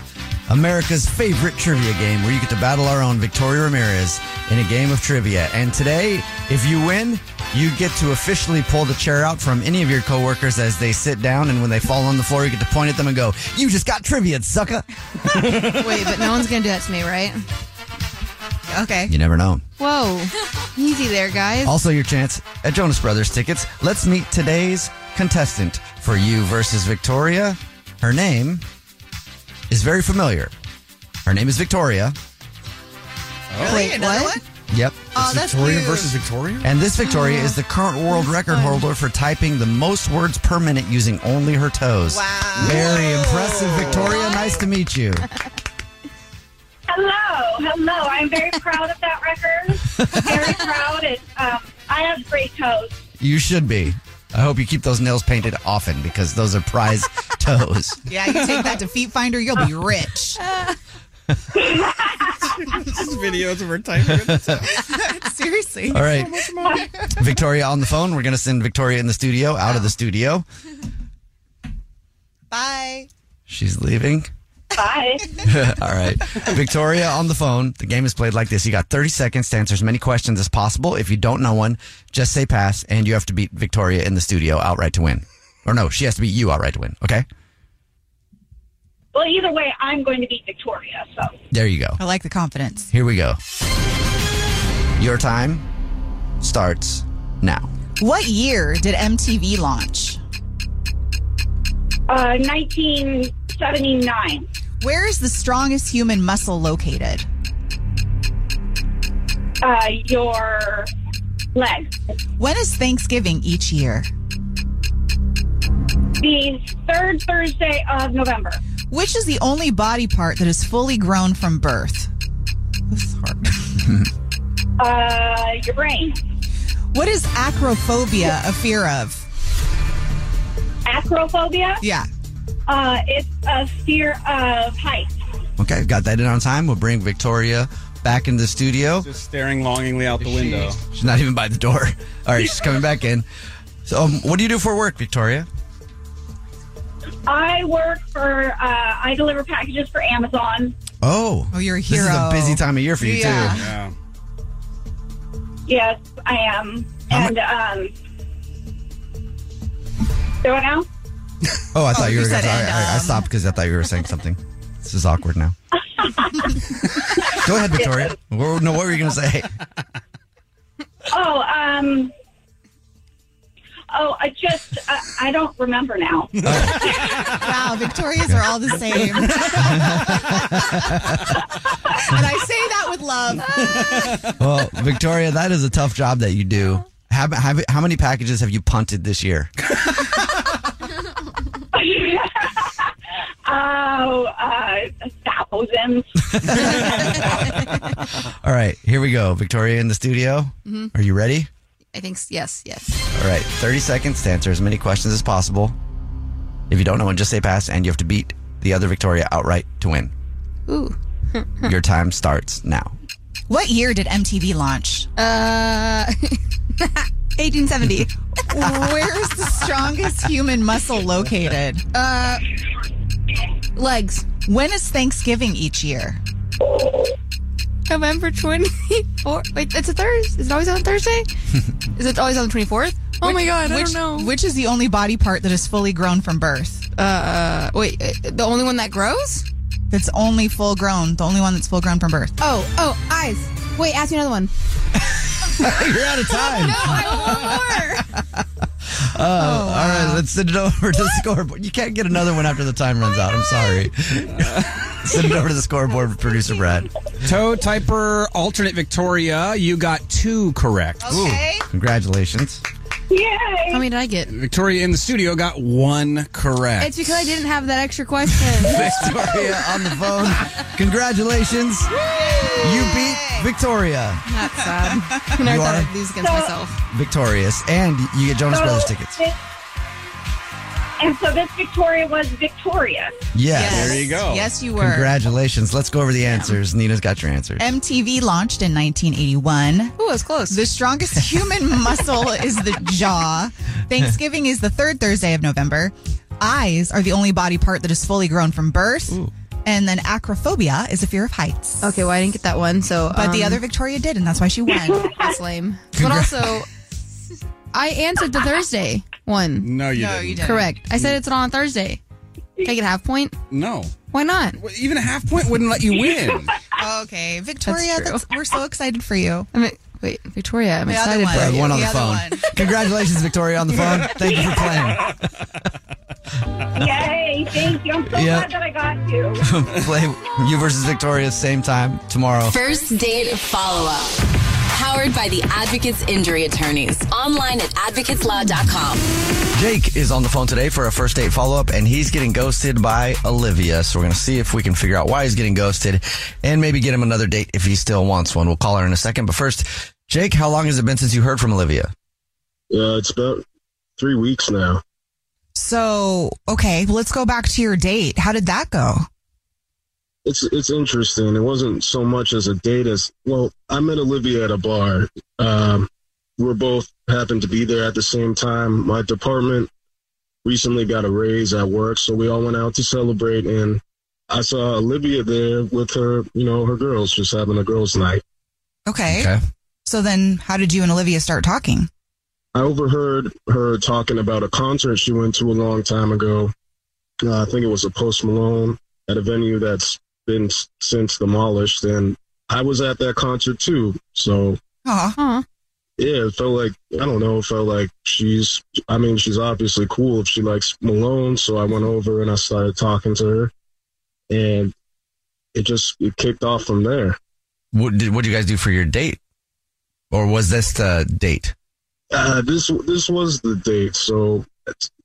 S4: America's favorite trivia game where you get to battle our own Victoria Ramirez in a game of trivia. And today, if you win, you get to officially pull the chair out from any of your coworkers as they sit down, and when they fall on the floor, you get to point at them and go, "You just got trivia, sucker." [laughs]
S8: Wait, but no one's gonna do that to me, right? Okay.
S4: You never know.
S8: Whoa. Easy there, guys.
S4: Also, your chance at Jonas Brothers tickets. Let's meet today's contestant for You versus Victoria. Her name is very familiar. Her name is Victoria.
S8: Wait, what?
S4: Yep.
S8: Oh, that's
S6: Victoria
S8: weird.
S6: versus Victoria?
S4: And this Victoria is the current world record holder for typing the most words per minute using only her toes. Wow. Very impressive, Victoria. Nice to meet you.
S10: Hello, hello. I'm very proud of that record. Very proud, and um, I have great toes.
S4: You should be. I hope you keep those nails painted often because those are [laughs] prize toes.
S5: Yeah, you take that to Feet Finder, you'll
S4: [laughs]
S5: be rich.
S6: Just videos of her typing.
S5: [laughs] Seriously.
S4: All right. [laughs] Victoria on the phone. We're going to send Victoria in the studio, out of the studio.
S5: Bye.
S4: She's leaving. [laughs]
S10: Bye.
S4: All right. Victoria on the phone. The game is played like this. You got 30 seconds to answer as many questions as possible. If you don't know one, just say pass, and you have to beat Victoria in the studio outright to win. Or no, she has to beat you outright to win. Okay?
S10: Well, either way, I'm going to beat Victoria. So
S4: There you go.
S5: I like the confidence.
S4: Here we go. Your time starts now.
S5: What year did MTV launch?
S10: Uh, 1979.
S5: Where is the strongest human muscle located?
S10: uh, your leg.
S5: When is Thanksgiving each year?
S10: The third Thursday of November.
S5: Which is the only body part that is fully grown from birth? This is hard.
S10: Uh, your brain.
S5: What is acrophobia a fear of?
S10: Acrophobia.
S5: Yeah.
S10: Uh, it's a fear of heights.
S4: Okay, got that in on time. We'll bring Victoria back in the studio.
S6: Just staring longingly out the window.
S4: She's not even by the door. [laughs] All right, she's coming back in. So, um, what do you do for work, Victoria?
S10: I work for. Uh, I deliver packages for Amazon.
S4: Oh,
S5: oh, you're a
S4: This is
S5: hero.
S4: a busy time of year for you
S10: Yeah.
S4: too.
S6: Yeah.
S10: Yes, I am. and um, do it now.
S4: Oh, I thought you
S10: you
S4: were. Gonna,
S10: said
S4: sorry,
S10: and,
S4: I, I stopped because I thought you were saying something. This is awkward now. Go ahead, Victoria. What- no, what were you going to say?
S10: Oh, um. Oh, I just uh, I don't remember now.
S5: [laughs] wow, Victorias are all the same. [laughs] and I say that with love.
S4: Well, Victoria, that is a tough job that you do. How, how, how many packages have you punted this year?
S10: [laughs]
S4: [laughs]
S10: Oh, uh,
S5: [laughs]
S10: thousands.
S4: All right, here we go. Victoria in the studio.
S10: Mm-hmm.
S8: Mhm.
S4: Are you ready?
S8: I think s- yes, yes.
S4: All right, 30 seconds to answer as many questions as possible. If you don't know one, just say pass, and you have to beat the other Victoria outright to win.
S8: Ooh.
S4: [laughs] Your time starts now.
S5: [laughs] What year did MTV launch?
S8: Uh,
S5: [laughs]
S8: 1870.
S5: Where's the strongest human muscle located?
S8: Uh, legs.
S5: When is Thanksgiving each year?
S8: November 24th. Wait, it's a Thursday. Is it always on Thursday? Is it always on the 24th? Oh my God,
S5: which,
S8: I don't know.
S5: Which is the only body part that is fully grown from birth?
S8: Uh, wait, uh, the only one that grows?
S5: That's only full grown. The only one that's full grown from birth.
S8: [laughs] Oh, oh, eyes. Wait, ask me another one.
S4: You're out of
S5: Oh,
S4: time. no, I [laughs] want more. All right, let's send it over to the scoreboard. You can't get another one after the time runs out. I'm
S5: [laughs]
S4: sorry. send it over to the scoreboard, with producer Brad.
S6: Toe typer alternate Victoria, you got two correct.
S4: Ooh, congratulations.
S8: How many did I get?
S6: Victoria in the studio got one correct.
S8: It's because I didn't have that extra question.
S4: Victoria on the phone. Congratulations. You beat Victoria.
S8: That's sad. I
S4: You
S8: never thought
S4: are-
S8: I'd lose against myself.
S4: Victorious. And you get Jonas
S10: So
S4: Brothers tickets.
S10: this- and so this Victoria was Victoria.
S4: Yes.
S5: There you go. Yes, you were.
S4: Congratulations. Let's go over the answers. Nina's got your answers.
S5: MTV launched in 1981.
S8: Ooh, it's close.
S2: [laughs]
S5: The strongest human muscle is the jaw. Thanksgiving is the third Thursday of November. Eyes are the only body part that is fully grown from birth. And then acrophobia is a fear of heights.
S2: Okay, well I didn't get that one. So,
S5: but the
S2: um,
S5: other Victoria did, and that's why
S2: [laughs]
S5: she won.
S2: That's lame. But also, I answered the Thursday one.
S12: No, you didn't.
S2: Correct. I said it's on a Thursday. Can I get a half point?
S12: No.
S2: Why not?
S12: Even a half point wouldn't let you win.
S5: Oh, okay, Victoria, that's we're so excited for you.
S2: I
S8: e,
S2: mean, wait, Victoria, I'm
S5: The other
S2: excited
S5: one.
S2: for
S4: Right,
S2: you.
S4: one on the, phone. Congratulations, Victoria, on
S5: [laughs]
S4: the phone. Thank you for playing.
S8: Yay! Thank you. I'm so
S4: Yeah.
S8: glad that I got you.
S4: [laughs] Play you versus Victoria, same time tomorrow.
S14: First date follow up. Powered by the Advocates Injury Attorneys. Online at advocateslaw.com.
S4: Jake is on the phone today for a first date follow up, and he's getting ghosted by Olivia. So we're going to see if we can figure out why he's getting ghosted and maybe get him another date if he still wants one. We'll call her in a second. But first, Jake, how long has it been since you heard from Olivia?
S21: Uh, it's about three weeks now.
S5: So, okay, well, let's go back to your date. How did that go?
S21: It's it's interesting. It wasn't so much as a date as well. I met Olivia at a bar. Um, we're both happened to be there at the same time. My department recently got a raise at work, so we all went out to celebrate. And I saw Olivia there with her, you know, her girls, just having a girls' night.
S5: Okay. So then, how did you and Olivia start talking?
S21: I overheard her talking about a concert she went to a long time ago. Uh, I think it was a Post Malone at a venue that's been s- since demolished. And I was at that concert too. So
S5: Huh.
S21: yeah, it felt like I don't know. It felt like she's. I mean, she's obviously cool if she likes Malone. So I went over and I started talking to her, and it just it kicked off from there.
S4: What did what did you guys do for your date? Or was this the date?
S21: Uh, this this was the date. So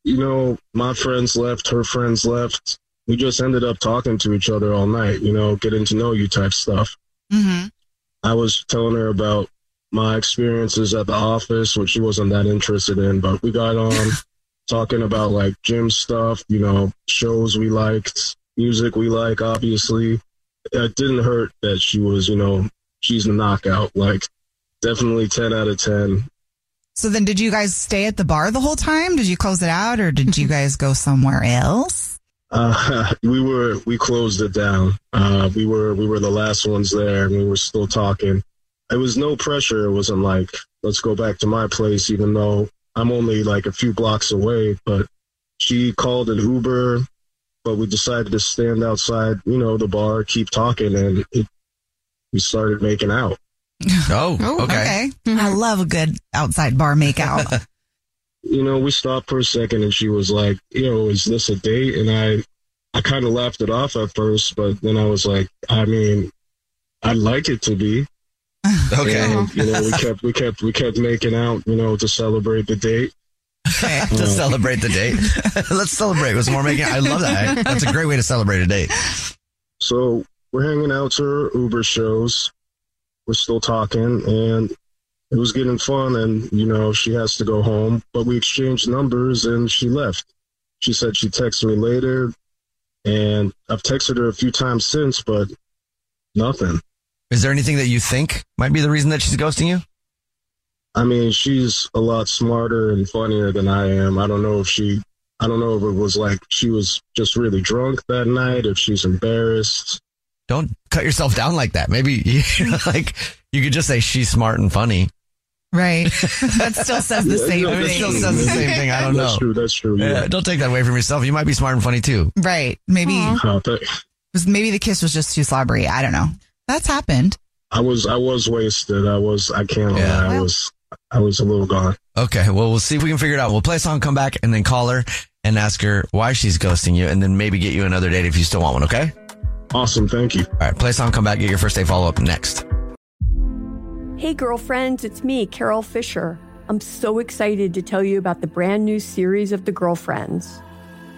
S21: you know, my friends left, her friends left. We just ended up talking to each other all night. You know, getting to know you type stuff.
S5: Mm-hmm.
S21: I was telling her about my experiences at the office, which she wasn't that interested in, but we got on talking about like gym stuff, you know, shows we liked, music we like, obviously. It didn't hurt that she was, you know, she's a knockout. Like, definitely 10 out of 10.
S5: So then, did you guys stay at the bar the whole time? Did you close it out, or
S2: [laughs]
S5: did you guys go somewhere else?
S21: Uh, [laughs] we were we closed it down. Uh, we were we were the last ones there, and we were still talking. It was no pressure. It wasn't like let's go back to my place, even though I'm only like a few blocks away. But she called an Uber, but we decided to stand outside, you know, the bar, keep talking, and it, we started making out.
S4: Oh,
S5: I
S22: Mm-hmm.
S5: love a good outside
S22: [laughs]
S5: bar makeout.
S21: you know, we stopped for a second and she was like, you know, is this a date? And I, I kind of laughed it off at first, but then I was like, I mean, I'd like it to be.
S4: [laughs] Okay.
S21: And, you know,
S4: [laughs]
S21: we kept, we kept, we kept making out, you know, to celebrate the date. Uh,
S4: to celebrate the
S21: [laughs]
S4: date. [laughs] Let's celebrate with some more making. I love that. That's a great way to celebrate a date.
S21: So we're hanging out to her Uber shows. We're still talking and it was getting fun. And, you know, she has to go home, but we exchanged numbers and she left. She said she texted me later. And I've texted her a few times since, but nothing.
S4: Is there anything that you think might be the reason that she's ghosting you?
S21: I mean, she's a lot smarter and funnier than I am. I don't know if she, I don't know if it was like she was just really drunk that night, if she's embarrassed.
S4: Don't cut yourself down like that. Maybe [laughs] you know, like you could just say she's smart and funny.
S5: right. That
S22: [laughs]
S5: still says the same
S4: It
S5: thing.
S4: still says the same thing. I don't know.
S21: That's true. That's true.
S4: Yeah. Don't take that away from yourself. You might be smart and funny too.
S5: [laughs] Right. Maybe
S21: Uh, but
S5: was maybe the kiss was just too slobbery. I don't know. That's happened.
S21: I was, I was wasted. I was, I can't
S4: Yeah.
S21: lie. I was, I was a little gone.
S4: Okay. Well, we'll see if we can figure it out. We'll play a song, come back, and then call her and ask her why she's ghosting you, and then maybe get you another date if you still want one. Okay.
S21: Awesome. Thank you.
S4: All right. Play a song, come back, get your first date follow up next.
S23: Hey, girlfriends, it's me, Carol Fisher. I'm so excited to tell you about the brand new series of The Girlfriends.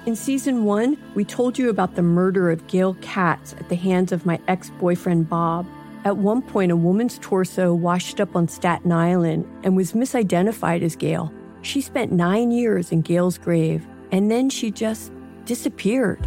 S23: In season one, we told you about the murder of Gail Katz at the hands of my ex boyfriend, Bob. At one point, a woman's torso washed up on Staten Island and was misidentified as Gail. She spent nine years in Gail's grave, and then she just disappeared.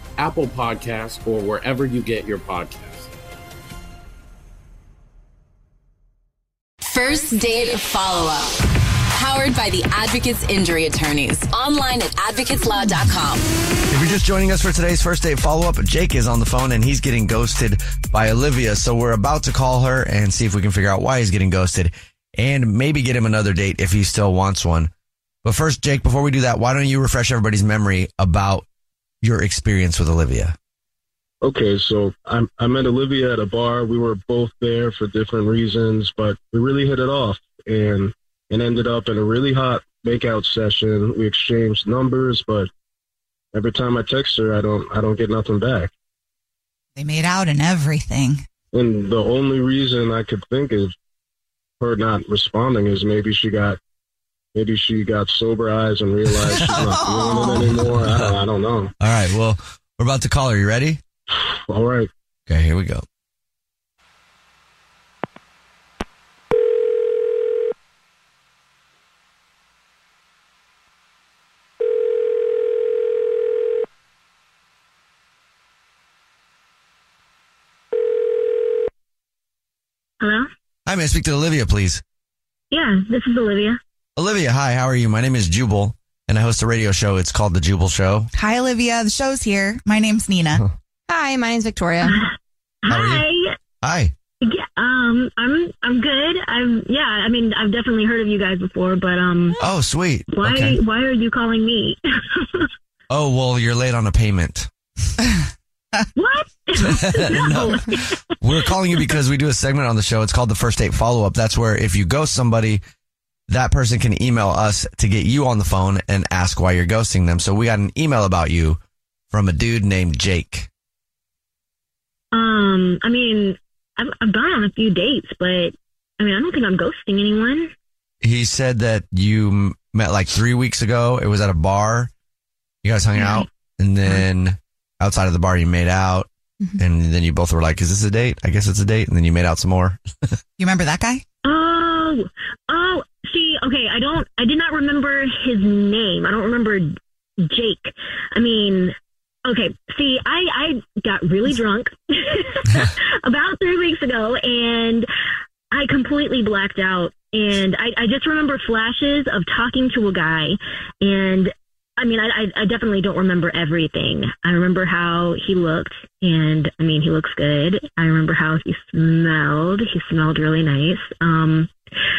S17: Apple Podcasts, or wherever you get your podcasts.
S14: First date follow up.
S24: Powered by the Advocates Injury Attorneys.
S14: Online at advocateslaw.com.
S4: If you're just joining us for today's first date follow up, Jake is on the phone and he's getting ghosted by Olivia. So we're about to call her and see if we can figure out why he's getting ghosted and maybe get him another date if he still wants one. But first, Jake, before we do that, why don't you refresh everybody's memory about your experience with Olivia?
S21: Okay, so I, I met Olivia at a bar. We were both there for different reasons, but we really hit it off and and ended up in a really hot makeout session. We exchanged numbers, but every time I text her, I don't I don't get nothing back.
S5: They made out and everything.
S21: And the only reason I could think of her not responding is maybe she got maybe she got sober eyes and realized she's
S4: [laughs]
S21: not feeling it anymore. I don't, I don't know.
S4: All right. Well, we're about to call her. You ready?
S21: All right.
S4: Okay. Here we go.
S22: Hello?
S4: Hi, may I speak to Olivia, please?
S22: Yeah, this is Olivia.
S4: Olivia, hi. How are you? My name is Jubal and I host a radio show. It's called The Jubal Show.
S5: Hi, Olivia. The show's here. My name's Nina.
S22: Hi, my name's Victoria. Hi.
S4: Hi.
S22: Yeah, um, I'm I'm good. I've yeah, I mean I've definitely heard of you guys before, but um
S4: Oh, sweet.
S22: why
S4: Okay.
S22: why are you calling me? [laughs]
S4: Oh, well, you're late on a payment.
S22: what?
S4: [laughs] No. We're calling you because we do a segment on the show. It's called the first date follow up. That's where if you ghost somebody, that person can email us to get you on the phone and ask why you're ghosting them. So we got an email about you from a dude named Jake.
S22: Um, I mean, I've I've gone on a few dates, but I mean I don't think I'm ghosting anyone.
S4: He said that you m- met like three weeks ago. It was at a bar. You guys hung out and then outside of the bar, you made out. And then you both were like, is this a date? I guess it's a date. And then you made out some more. [laughs]
S5: You remember that guy?
S22: Oh, Oh, oh, see, okay, I don't, I did not remember his name. I don't remember Jake. I mean, okay, see, I, I got really drunk [laughs] about three weeks ago and I completely blacked out. And I, I just remember flashes of talking to a guy. And I mean, I, I, I definitely don't remember everything. I remember how he looked. And I mean, he looks good. I remember how he smelled. He smelled really nice. Um,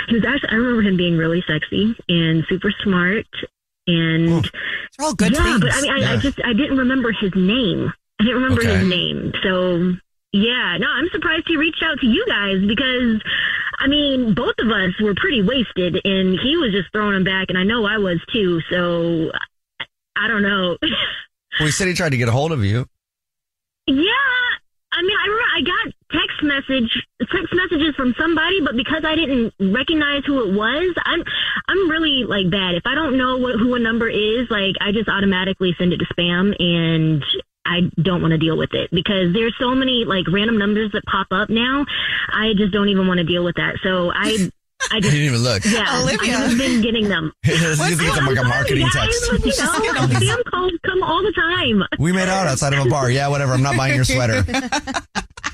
S22: he was actually, I remember him being really sexy and super smart. And
S5: they're all good
S22: yeah, but I
S5: things.
S22: mean, I, I
S5: Yeah.
S22: just I didn't remember his name. I didn't remember
S5: Okay.
S22: his name. So yeah, no, I'm surprised he reached out to you guys because I mean, both of us were pretty wasted, and he was just throwing them back, and I know I was too. So I- I don't know. [laughs]
S4: Well, he said he tried to get a hold of you.
S22: Yeah, I mean, I remember I got text message text messages from somebody, but because I didn't recognize who it was, I'm I'm really like bad. If I don't know what who a number is, like I just automatically send it to spam and. I don't want to deal with it because there's so many like random numbers that pop up now. I just don't even want to deal with that. So I,
S4: [laughs]
S22: I just
S4: didn't even look.
S22: Yeah,
S4: Olivia.
S22: I haven't been
S4: [laughs]
S22: getting them.
S4: This is like a marketing text.
S22: You know,
S4: [laughs]
S22: spam calls come all the time.
S4: We made out outside of a bar. Yeah, whatever. I'm not buying your
S5: [laughs]
S4: sweater.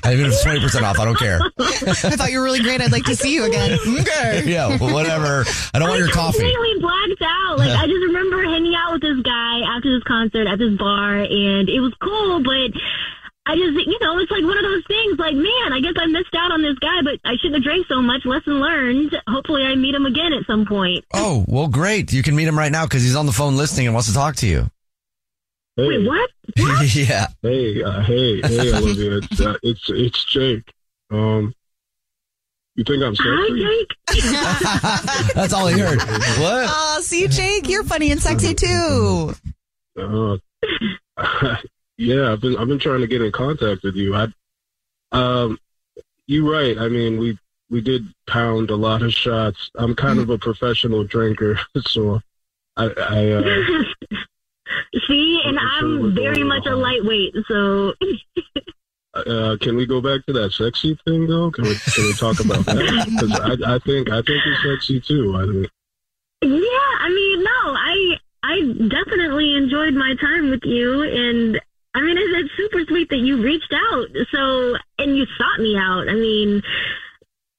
S4: Even if it's 20% off, I don't care.
S5: I thought you were really great. I'd like to see you
S4: [laughs]
S5: again. Okay.
S4: yeah, well, whatever. I don't want your coffee.
S22: completely blacked out. Like I just remember hanging out with this guy after this concert at this bar, and it was cool, but. I just, you know, it's like one of those things. Like, man, I guess I missed out on this guy, but I shouldn't have drank so much. Lesson learned. Hopefully, I meet him again at some point.
S4: Oh, well, great. You can meet him right now because he's on the phone listening and wants to talk to you.
S22: Wait,
S4: [laughs]
S22: what?
S4: yeah.
S21: Hey, uh, hey,
S4: [laughs]
S21: hey, Olivia. It's, uh, it's it's Jake. Um, you think I'm sexy?
S5: [laughs]
S4: That's all
S21: [laughs]
S4: he heard. What?
S5: Oh, see, Jake, you're funny and sexy too.
S21: Uh, [laughs] yeah, I've been I've been trying to get in contact with you. I, um, you're right. I mean, we we did pound a lot of shots. I'm kind of a professional drinker, [laughs] so I, I uh,
S22: [laughs] See, and I'm very much a lightweight, so [laughs]
S21: Uh, can we go back to that sexy thing though? Can we can we talk about that? Because I, I think I think it's sexy too. I think.
S22: Yeah, I mean, no, I I definitely enjoyed my time with you, and I mean, it's, it's super sweet that you reached out. So, and you sought me out. I mean,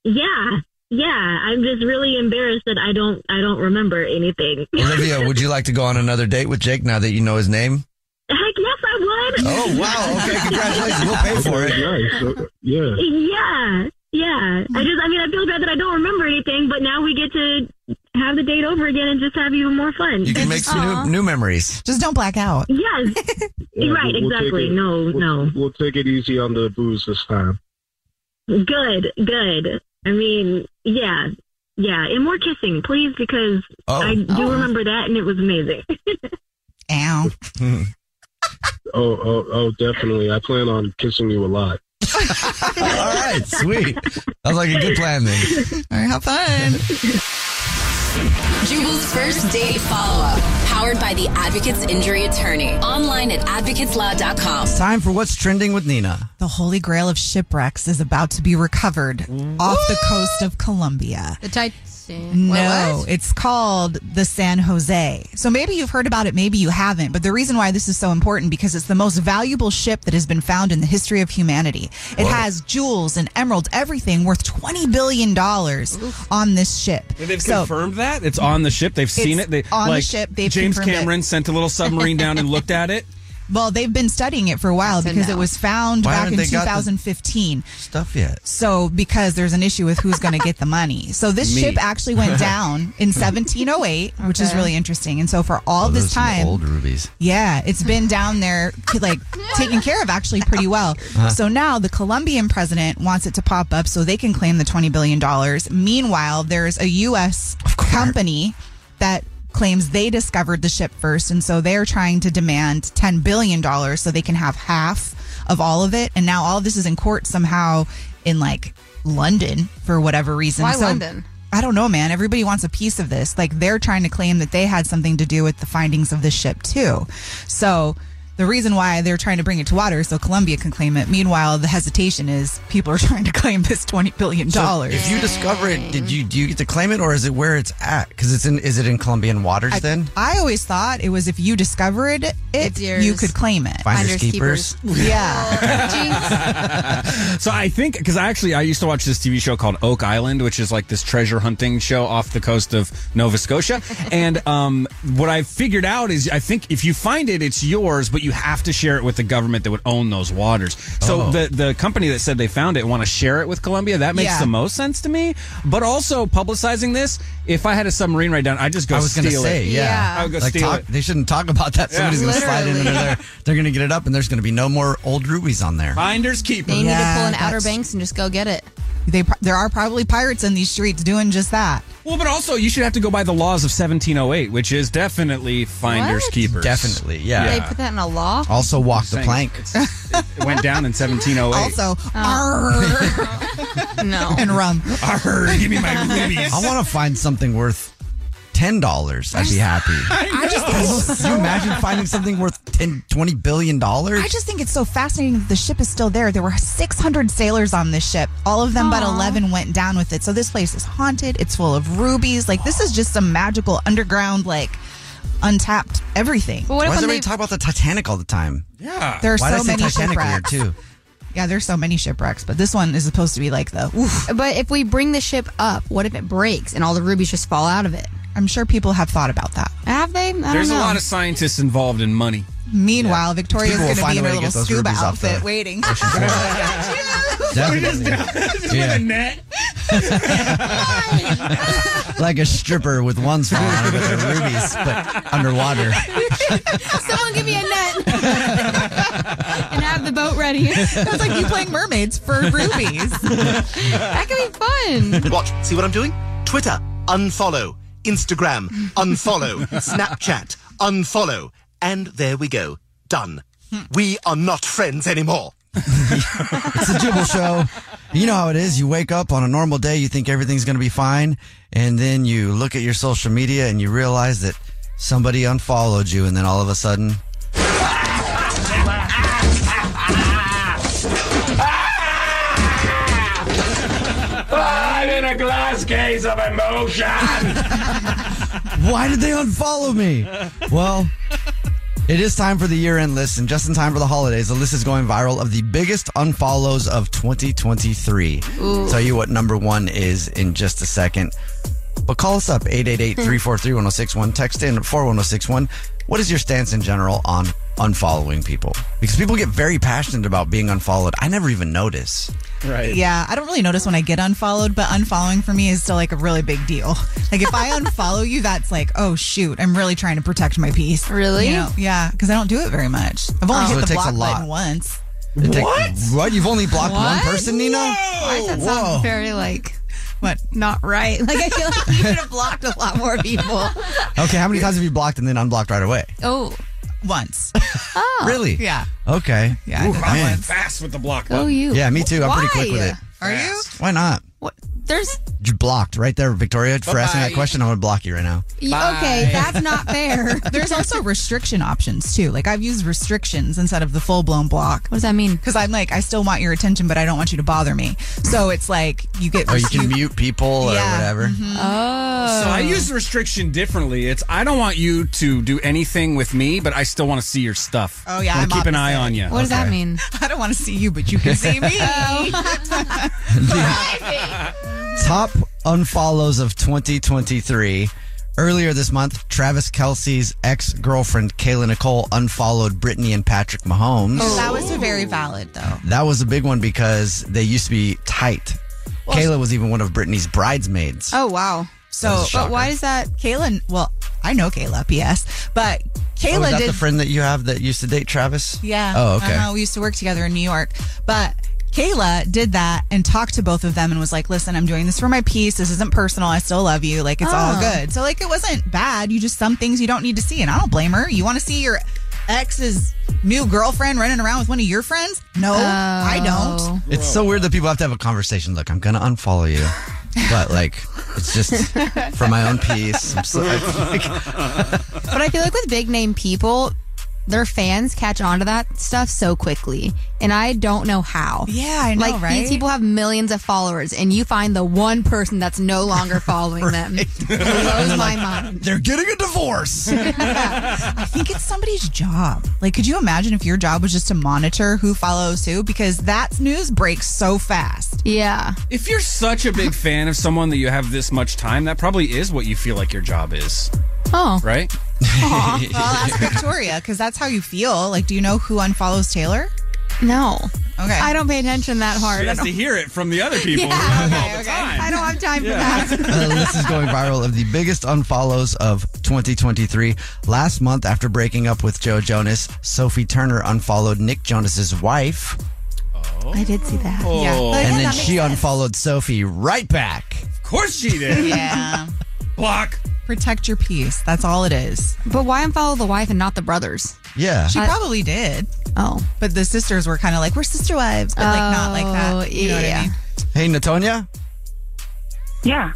S22: yeah, yeah. I'm just really embarrassed that I don't I don't remember anything.
S4: Olivia, would you like to go on another date with Jake now that you know his name?
S22: [laughs] Heck yes, I would.
S4: Oh, wow. Okay, congratulations. We'll pay for it.
S21: yeah.
S22: Yeah, yeah. I just, I mean, I feel bad that I don't remember anything, but now we get to have the date over again and just have even more fun.
S4: You can make some new, new memories.
S5: Just don't black out. [laughs]
S22: Yes.
S21: Yeah,
S22: right,
S21: we'll- we'll take
S22: exactly.
S21: it-
S22: No,
S21: we'll-
S22: no.
S21: We'll take it easy on the booze this time.
S22: Good, good. I mean, yeah. Yeah, and more kissing, please, because
S21: Oh.
S22: I do
S21: Oh.
S22: remember that and it was amazing.
S5: [laughs] Ow.
S21: oh, oh, oh, definitely. I plan on kissing you a lot.
S4: [laughs] All right, sweet. Sounds like a good plan then.
S5: All right, have fun.
S4: [laughs]
S14: Jubal's first date follow up, powered by the Advocates Injury Attorney. Online at advocateslaw.com.
S5: It's
S4: time for what's trending with Nina.
S5: The holy grail of shipwrecks is about to be recovered off the coast of Colombia.
S20: The Titanic.
S5: No, it's called the San Jose. So maybe you've heard about it, maybe you haven't. But the reason why this is so important because it's the most valuable ship that has been found in the history of humanity.
S20: Whoa.
S5: It has jewels and emeralds, everything worth twenty billion dollars on this ship.
S12: [laughs] They've
S5: So-
S12: confirmed that it's on the ship. They've seen
S5: It's
S12: it. They,
S5: on the
S12: like,
S5: ship. They've
S12: James
S5: confirmed it.
S12: Cameron sent a little submarine down and looked at it.
S5: Well, they've been studying it for a while because it was found
S12: Why
S5: back
S12: haven't
S5: in
S12: they got the
S5: 2015.
S4: Stuff yet.
S5: So, because there's an issue with who's going to get the money. So, this
S4: Me.
S5: ship
S4: [laughs]
S5: actually went down in 1708, which is
S4: Okay.
S5: really interesting. And so, for
S4: Oh,
S5: all
S4: those
S5: this
S4: are some
S5: time,
S4: Old rubies.
S5: yeah, it's been down there, like taken care of actually pretty well.
S4: Uh-huh.
S5: So now the Colombian president wants it to pop up so they can claim the $20 billion. Meanwhile, there's a U.S. company that claims they discovered the ship first. And so they're trying to demand $10 billion so they can have half of all of it. And now all of this is in court somehow in like London for whatever reason.
S20: Why
S5: So-
S20: London?
S5: I don't know, man. Everybody wants a piece of this. Like they're trying to claim that they had something to do with the findings of this ship too. So The reason why they're trying to bring it to water is so Columbia can claim it. Meanwhile, the hesitation is people are [laughs] trying to claim this $20 billion.
S4: So if you discover it, did you do you get to claim it, or is it where it's at? Because it's in is it in Colombian waters?
S5: I,
S4: then
S5: I always thought it was if you discovered it, you could claim it.
S4: Finders Finders keepers. [laughs]
S5: Yeah.
S6: so I think because I actually I used to watch this TV show called Oak Island, which is like this treasure hunting show off the coast of Nova
S4: [laughs]
S6: Scotia. and um, what I figured out is I think if you find it, it's yours, but you have to share it with the government that would own those waters. So
S11: Oh.
S6: the the company that said they found it want to share it with Colombia. That makes
S11: Yeah.
S6: the most sense to me. But also publicizing this, if I had a submarine right down, I would just go.
S4: I was
S6: going
S4: gonna
S6: to
S4: say, yeah.
S6: I would go
S4: Like,
S6: steal
S4: talk-
S6: it.
S4: They shouldn't talk about that.
S6: Yeah.
S4: Somebody's going to slide in under
S6: Literally.
S4: there. They're going to get it up, and there's going to be no more old rubies on there.
S6: Finders keepers.
S5: They need to Yeah, pull an
S6: out.
S5: out-
S8: Outer Banks and just go get it.
S5: They pro- there are probably pirates in these streets doing just that.
S6: Well, but also you should have to go by the laws of 1708, which is definitely finders
S8: What?
S6: keepers.
S4: Definitely,
S8: They put that in a law.
S4: Also walk
S6: the plank. It went down in
S4: [laughs]
S6: 1708.
S5: Also,
S8: Oh. [laughs] no.
S5: And rum.
S6: Arr, give me my rubies.
S4: I want to find something worth ten dollars. I'd be happy.
S5: I just think it's so-
S4: Can [laughs] you imagine finding something worth 10, 20 billion dollars?
S5: I just think it's so fascinating that the ship is still there. There were 600 sailors on this ship. All of them but
S4: Aw.
S5: 11 went down with it. So this place is haunted. It's full of rubies. Like this is just some magical underground, like untapped everything.
S4: Why does everybody talk about the Titanic all the time?
S6: Yeah,
S5: There are
S4: Why
S5: so
S4: did I say
S5: many
S4: Titanic weird
S5: shipwrecks.
S4: too?
S5: Yeah, there's so many shipwrecks, but this one is supposed to be like the. Oof.
S8: But if we bring the ship up, what if it breaks and all the rubies just fall out of it?
S5: I'm sure people have thought about that.
S8: Have they? I don't
S6: There's
S8: know.
S6: a lot of scientists involved in money.
S5: Meanwhile, Victoria's
S6: People will
S5: going to
S6: find
S5: be
S6: a
S5: in
S6: way
S5: her
S6: to
S5: little
S6: get those
S5: scuba
S6: rubies off the-
S5: outfit waiting. [laughs]
S4: Definitely.
S6: Just
S4: Yeah.
S6: with a net.
S4: [laughs] like a stripper with one small on with their rubies, but underwater.
S5: [laughs]
S8: Someone give me a net and have the boat ready.
S5: [laughs] That's like you playing mermaids for rubies.
S8: that could be fun.
S15: [laughs] Watch, see what I'm doing? Twitter, unfollow. Instagram, unfollow. Snapchat, unfollow. And there we go. Done.
S5: Hmm.
S15: We are not friends anymore.
S4: It's a Jubal show. You know how it is. You wake up on a normal day, you think everything's going to be fine, and then you look at your social media and you realize that somebody unfollowed you, and then all of a sudden,
S11: I'm in a glass case of emotion.
S4: why did they unfollow me? Well, it is time for the year end list, and just in time for the holidays, the list is going viral of the biggest unfollows of 2023.
S11: Ooh.
S4: Tell you what number one is in just a second. But call us up 888 343 1061. Text in 41061. What is your stance in general on unfollowing people? Because people get very passionate about being unfollowed. I never even notice.
S6: Right.
S5: Yeah, I don't really notice when I get unfollowed, but unfollowing for me is still like a really big deal. Like
S4: [laughs]
S5: if I unfollow you, that's like, oh shoot, I'm really trying to protect my peace.
S8: Really?
S5: You know? Yeah, because I don't do it very much. I've only
S4: Oh. So
S5: hit
S4: it
S5: the
S4: takes a
S5: block
S4: lot.
S5: button once.
S4: It take- What? You've only blocked one
S5: What?
S4: person, Nina?
S8: Why does that
S4: Whoa.
S8: sound very like what? Not right. [laughs] Like I feel like you should have blocked a lot more people.
S4: Okay, how many times have you blocked and then unblocked right away?
S8: Oh,
S4: [laughs]
S5: once.
S8: Oh,
S4: Really?
S5: Yeah.
S4: Okay. Yeah,
S6: Ooh, I went fast with the block.
S4: Oh,
S8: Go
S6: button.
S8: you.
S4: Yeah, me too. I'm pretty quick with
S8: Why?
S4: it.
S8: Are you?
S4: Why not?
S8: There's
S4: You blocked right there, Victoria. For asking that
S5: Bye-bye.
S4: question, I'm gonna block you right now.
S8: okay. That's not fair.
S5: [laughs] There's also restriction options too. Like I've used restrictions instead of the full blown block. What
S8: does that mean?
S5: Because I'm like, I still want your attention, but I don't want you to bother me. So it's like you get.
S4: Or Oh, you can mute people
S5: Yeah.
S4: or whatever.
S8: Oh. [laughs]
S6: So I use restriction differently. It's I don't want you to do anything with me, but I still want to see your stuff.
S5: Oh, yeah,
S6: Wanna
S5: I'm
S6: keep an eye
S5: opposite.
S6: on you.
S8: What does that mean?
S5: [laughs]
S8: Oh.
S5: I don't want to see you, but you can
S8: [laughs]
S5: see me. [laughs]
S4: Top unfollows of 2023. Earlier this month, Travis Kelsey's ex girlfriend Kayla Nicole unfollowed Brittany and Patrick Mahomes.
S5: That was very valid though.
S4: That was a big one because they used to be tight. Kayla was even one of Brittany's bridesmaids.
S5: Oh wow.
S4: That
S5: So,
S4: was a shocker.
S5: why is that? Kayla, well, I know Kayla, P.S., but Kayla
S4: oh, is that
S5: did.
S4: the friend that you have that used to date Travis?
S5: yeah.
S4: Oh, okay.
S5: Uh-huh, we used to work together in New York, but Kayla did that and talked to both of them and was like, "Listen, I'm doing this for my piece. This isn't personal. I still love you. Like it's all
S8: Oh.
S5: good." So like it wasn't bad. You just some things you don't need to see, and I don't blame her. You want to see your ex's new girlfriend running around with one of your friends? No, I
S8: Oh.
S5: don't.
S4: It's so weird that people have to have a conversation. Look, I'm gonna unfollow you, but like, it's just for my own peace. I'm so, like, [laughs]
S8: [laughs] but I feel like with big name people, their fans catch on to that stuff so quickly, and I don't know how.
S5: Yeah, I know,
S8: Like
S5: right?
S8: these people have millions of followers, and you find the one person that's
S4: [laughs]
S8: no longer following them. Blows my mind.
S4: They're [laughs] getting a
S8: [laughs]
S4: divorce.
S5: I think it's somebody's job. Like, could you imagine if your job was just to monitor who follows who? Because that news breaks so fast.
S8: Yeah.
S6: If you're such a big fan of someone that you have this much time, that probably is what you feel like your job is,
S8: Oh.
S6: right?
S5: Aw. well, ask Victoria because that's how you feel. Like, do you know who unfollows Taylor?
S8: No.
S5: Okay.
S8: I don't pay attention that hard.
S6: She has
S8: I
S6: to
S8: don't-
S6: hear it from the other people.
S8: Yeah, okay, okay. I don't have time for that.
S4: the list is going viral of the biggest unfollows of 2023. Last month, after breaking up with Joe Jonas, Sophie Turner unfollowed Nick Jonas's wife, Oh.
S8: I did see that.
S4: yeah. and then she unfollowed Sophie right back.
S6: Of course she
S4: [laughs]
S6: did.
S5: yeah.
S6: Block.
S5: Protect your peace. That's all it is.
S8: But why unfollow the wife and not the brothers?
S4: Yeah.
S5: She
S8: I-
S5: probably did.
S8: Oh.
S5: But the sisters were kind of like, we're sister wives, but like not like
S8: Oh,
S5: that. You know what I mean?
S4: Hey, Natonia,
S9: Yeah.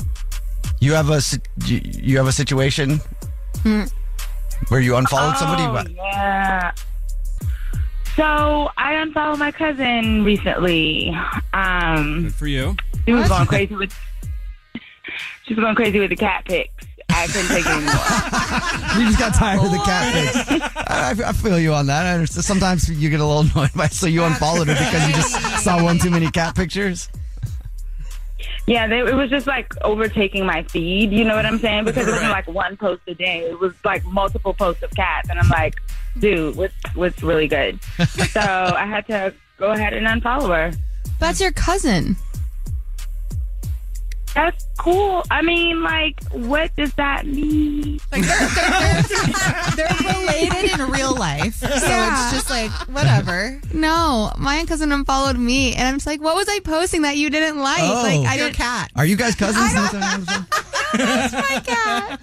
S4: you have a si- you you have a situation
S5: Oh. Hmm.
S4: where you unfollowed somebody.
S9: Oh,
S4: What?
S9: Yeah. So I unfollowed my cousin recently. Um,
S6: Good for you.
S9: She was going crazy with. She was going crazy with the cat pics. I couldn't take it anymore.
S4: You just got tired of the cat pics. I, I feel you on that. I understand. Sometimes you get a little [laughs] annoyed by, so you unfollowed her because you just saw one too many cat pictures.
S9: Yeah, they, it was just like overtaking my feed. You know what I'm saying? Because it wasn't like one post a day. It was like multiple posts of cats, and I'm like, dude, what's what's really good? so I had to go ahead and unfollow her.
S8: That's your cousin.
S9: That's cool. I mean, like, what does that mean?
S5: They're related in real life. So
S8: Yeah.
S5: it's just like, whatever.
S8: No, my cousin unfollowed me, and I'm just like, what was I posting that you didn't like?
S4: Oh.
S8: Like, I
S5: Your
S8: didn't.
S5: cat.
S4: Are you guys [laughs] cousins?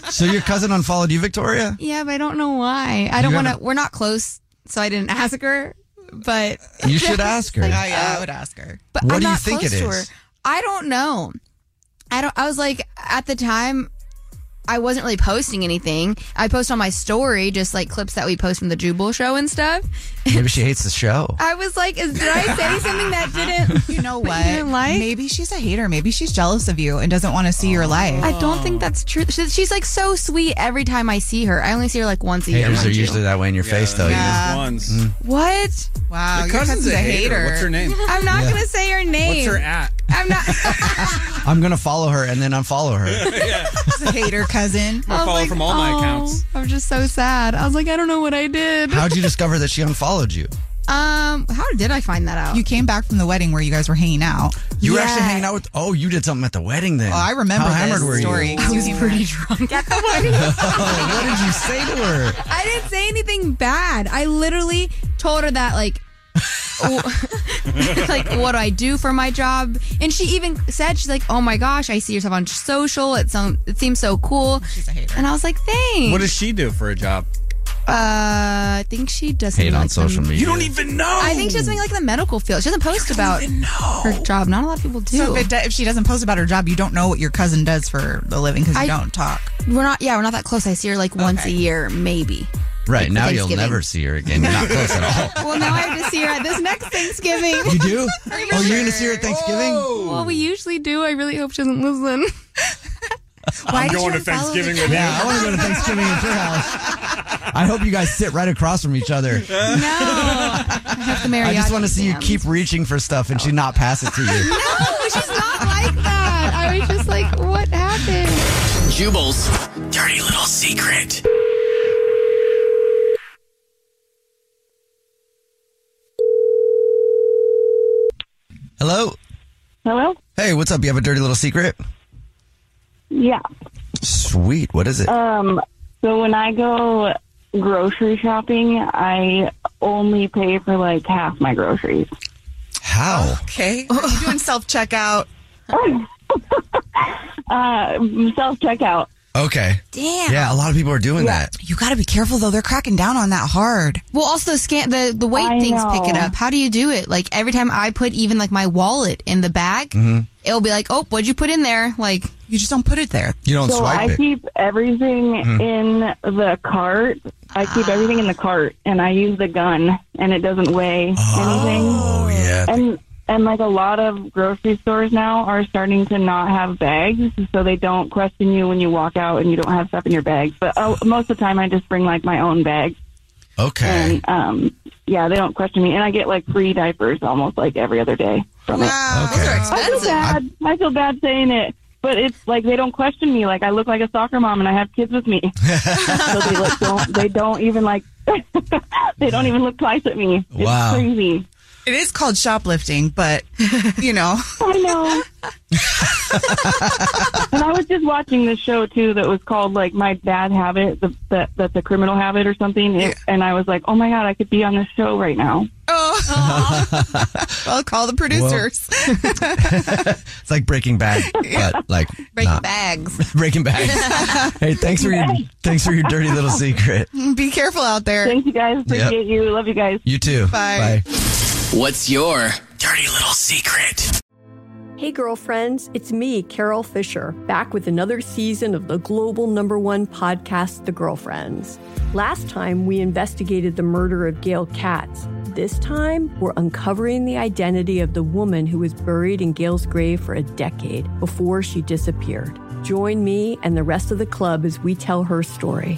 S4: So your cousin unfollowed you, Victoria?
S8: Yeah, but I don't know why. I
S4: You
S8: don't want to.
S4: haven't-
S8: We're not close, so I didn't [laughs] ask her. But
S4: You should ask her.
S8: Like,
S4: Oh,
S5: [laughs] yeah, I
S8: uh,
S5: would ask her.
S8: But
S4: What
S8: I'm
S4: do you
S8: not
S4: think
S8: close
S4: it
S8: to
S4: is?
S8: her. I don't know. I don't. I was like at the time. I wasn't really posting anything. I post on my story just like clips that we post from the Jubal show and stuff.
S4: Maybe she hates the show.
S8: I was like,
S4: [laughs]
S8: is, did I say something that didn't?
S5: [laughs] You know what?
S8: didn't like?
S5: Maybe she's a hater. Maybe she's jealous of you and doesn't want to see your life.
S8: Oh. I don't think that's true. She- She's like so sweet every time I see her. I only see her like once a year.
S4: Haters are
S8: mind you.
S4: usually that way in your face, though. Mm. you know?
S6: Just Once.
S8: What?
S5: Wow, your,
S6: cousin's a hater. What's her name?
S8: [laughs] I'm not
S4: Yeah.
S8: gonna say her name.
S6: What's her at?
S8: I'm
S6: [laughs]
S8: not.
S4: I'm gonna follow her and then unfollow her.
S6: yeah.
S5: She's a hater cousin.
S6: I'm follow from all my accounts.
S8: "Oh, I'm just so sad. I was like, I don't know what I did.
S4: How'd you discover that she unfollowed you?
S8: Um, how did I find that out?
S5: You came back from the wedding where you guys were hanging out.
S4: You were actually
S8: Yeah.
S4: hanging out with. Oh, you did something at the wedding then.
S5: Oh, I remember
S4: How hammered
S5: this
S4: were
S5: story.
S4: you?
S8: I was pretty drunk. at the wedding.
S4: [laughs] Oh, what did you say to her?
S8: I didn't say anything bad. I literally told her that like [laughs] w- Oh, like what do I do for my job? And she even said she's like, "Oh my gosh, I see yourself on social. It some it seems so cool." She's a hater. And I was like, "Thanks."
S6: What does she do for a job?
S8: uh, I think she does something like the-
S6: You don't even know.
S8: I think she does something like in the medical field. She doesn't post about her job. Not a lot of people do.
S5: So if, it, do- if she doesn't post about her job, you don't know what your cousin does for a living because
S8: I-
S5: you don't talk.
S8: we're not. Yeah, we're not that close. I see her like once a year, maybe.
S4: Right now, you'll
S8: Thanksgiving.
S4: never see her again. You're not close at
S8: Well, now I have to see her at this next Thanksgiving.
S4: all. [laughs] You
S8: [laughs]
S4: do? Oh, you're gonna see her at Thanksgiving?
S8: Well, we usually do. I really hope she doesn't listen.
S6: [laughs] I'm going to Thanksgiving with
S4: Yeah, I want to go to Thanksgiving at your house. I hope you guys sit right across from each other.
S8: No, [laughs] I have the mariachi.
S4: I just want to see you
S8: band.
S4: keep reaching for stuff and she not pass it to you.
S8: [laughs] No, she's not like that. I was just like, what happened?
S11: Jubal's dirty little secret.
S4: Hello.
S9: Hello?
S4: Hey, what's up? You have a dirty little secret?
S9: Yeah.
S4: Sweet. What is it?
S9: Um, so when I go grocery shopping, I only pay for like half my groceries.
S4: How?
S5: Okay. Are you doing self checkout?
S9: uh, self checkout.
S4: Okay.
S5: Damn.
S4: Yeah, a lot of people are doing
S8: [laughs]
S4: that. [laughs]
S5: You got to be careful though. They're cracking down on that hard.
S8: Well, also the scan the the weight
S5: I
S8: things pick it
S5: know.
S8: up. How do you do it? Like every time I put even like my wallet in the bag,
S4: Mhm.
S8: it'll be like, oh, what'd you put in there? Like
S5: Mm-hmm. you just don't put it there.
S4: You don't
S25: so
S4: swipe
S25: I
S4: it.
S25: keep everything
S4: Hmm.
S25: in the cart. I keep everything in the cart, and I use the gun, and it doesn't weigh anything. Oh
S4: yeah.
S25: And and like a lot of grocery stores now are starting to not have bags, so they don't question you when you walk out and you don't have stuff in your bags. But uh, most of the time, I just bring like my own bag.
S4: Okay.
S25: And um, yeah, they don't question me, and I get like free diapers almost like every other day from it. I feel bad. I feel bad saying it, but it's like they don't question me. Like I look like a soccer mom, and I have kids with me, so they like, don't. They don't even like. [laughs] they don't even look twice at me. It's
S5: Wow.
S25: crazy.
S5: It is called
S25: [laughs]
S5: shoplifting, but you know. [laughs]
S25: I know. and I was just watching this show too that was called like My Bad Habit, the, that that's a criminal habit or something. It- and I was like, oh my god, I could be on this show right now.
S5: I'll call the producers.
S4: It's like Breaking Bad, but like
S5: Breaking
S4: not-
S5: bags.
S4: [laughs] Breaking
S8: [laughs]
S4: Bad. hey, thanks for your thanks for your dirty little secret.
S5: Be careful out there.
S25: Thank you guys.
S4: Yep. Appreciate
S25: you. Love you guys.
S4: [laughs] You too.
S5: Bye.
S6: What's your dirty little secret?
S23: Hey, girlfriends, it's me, Carol Fisher, back with another season of the global number one podcast, The Girlfriends. Last time, we investigated the murder of Gail Katz. This time, we're uncovering the identity of the woman who was buried in Gail's grave for a decade before she disappeared. Join me and the rest of the club as we tell her story.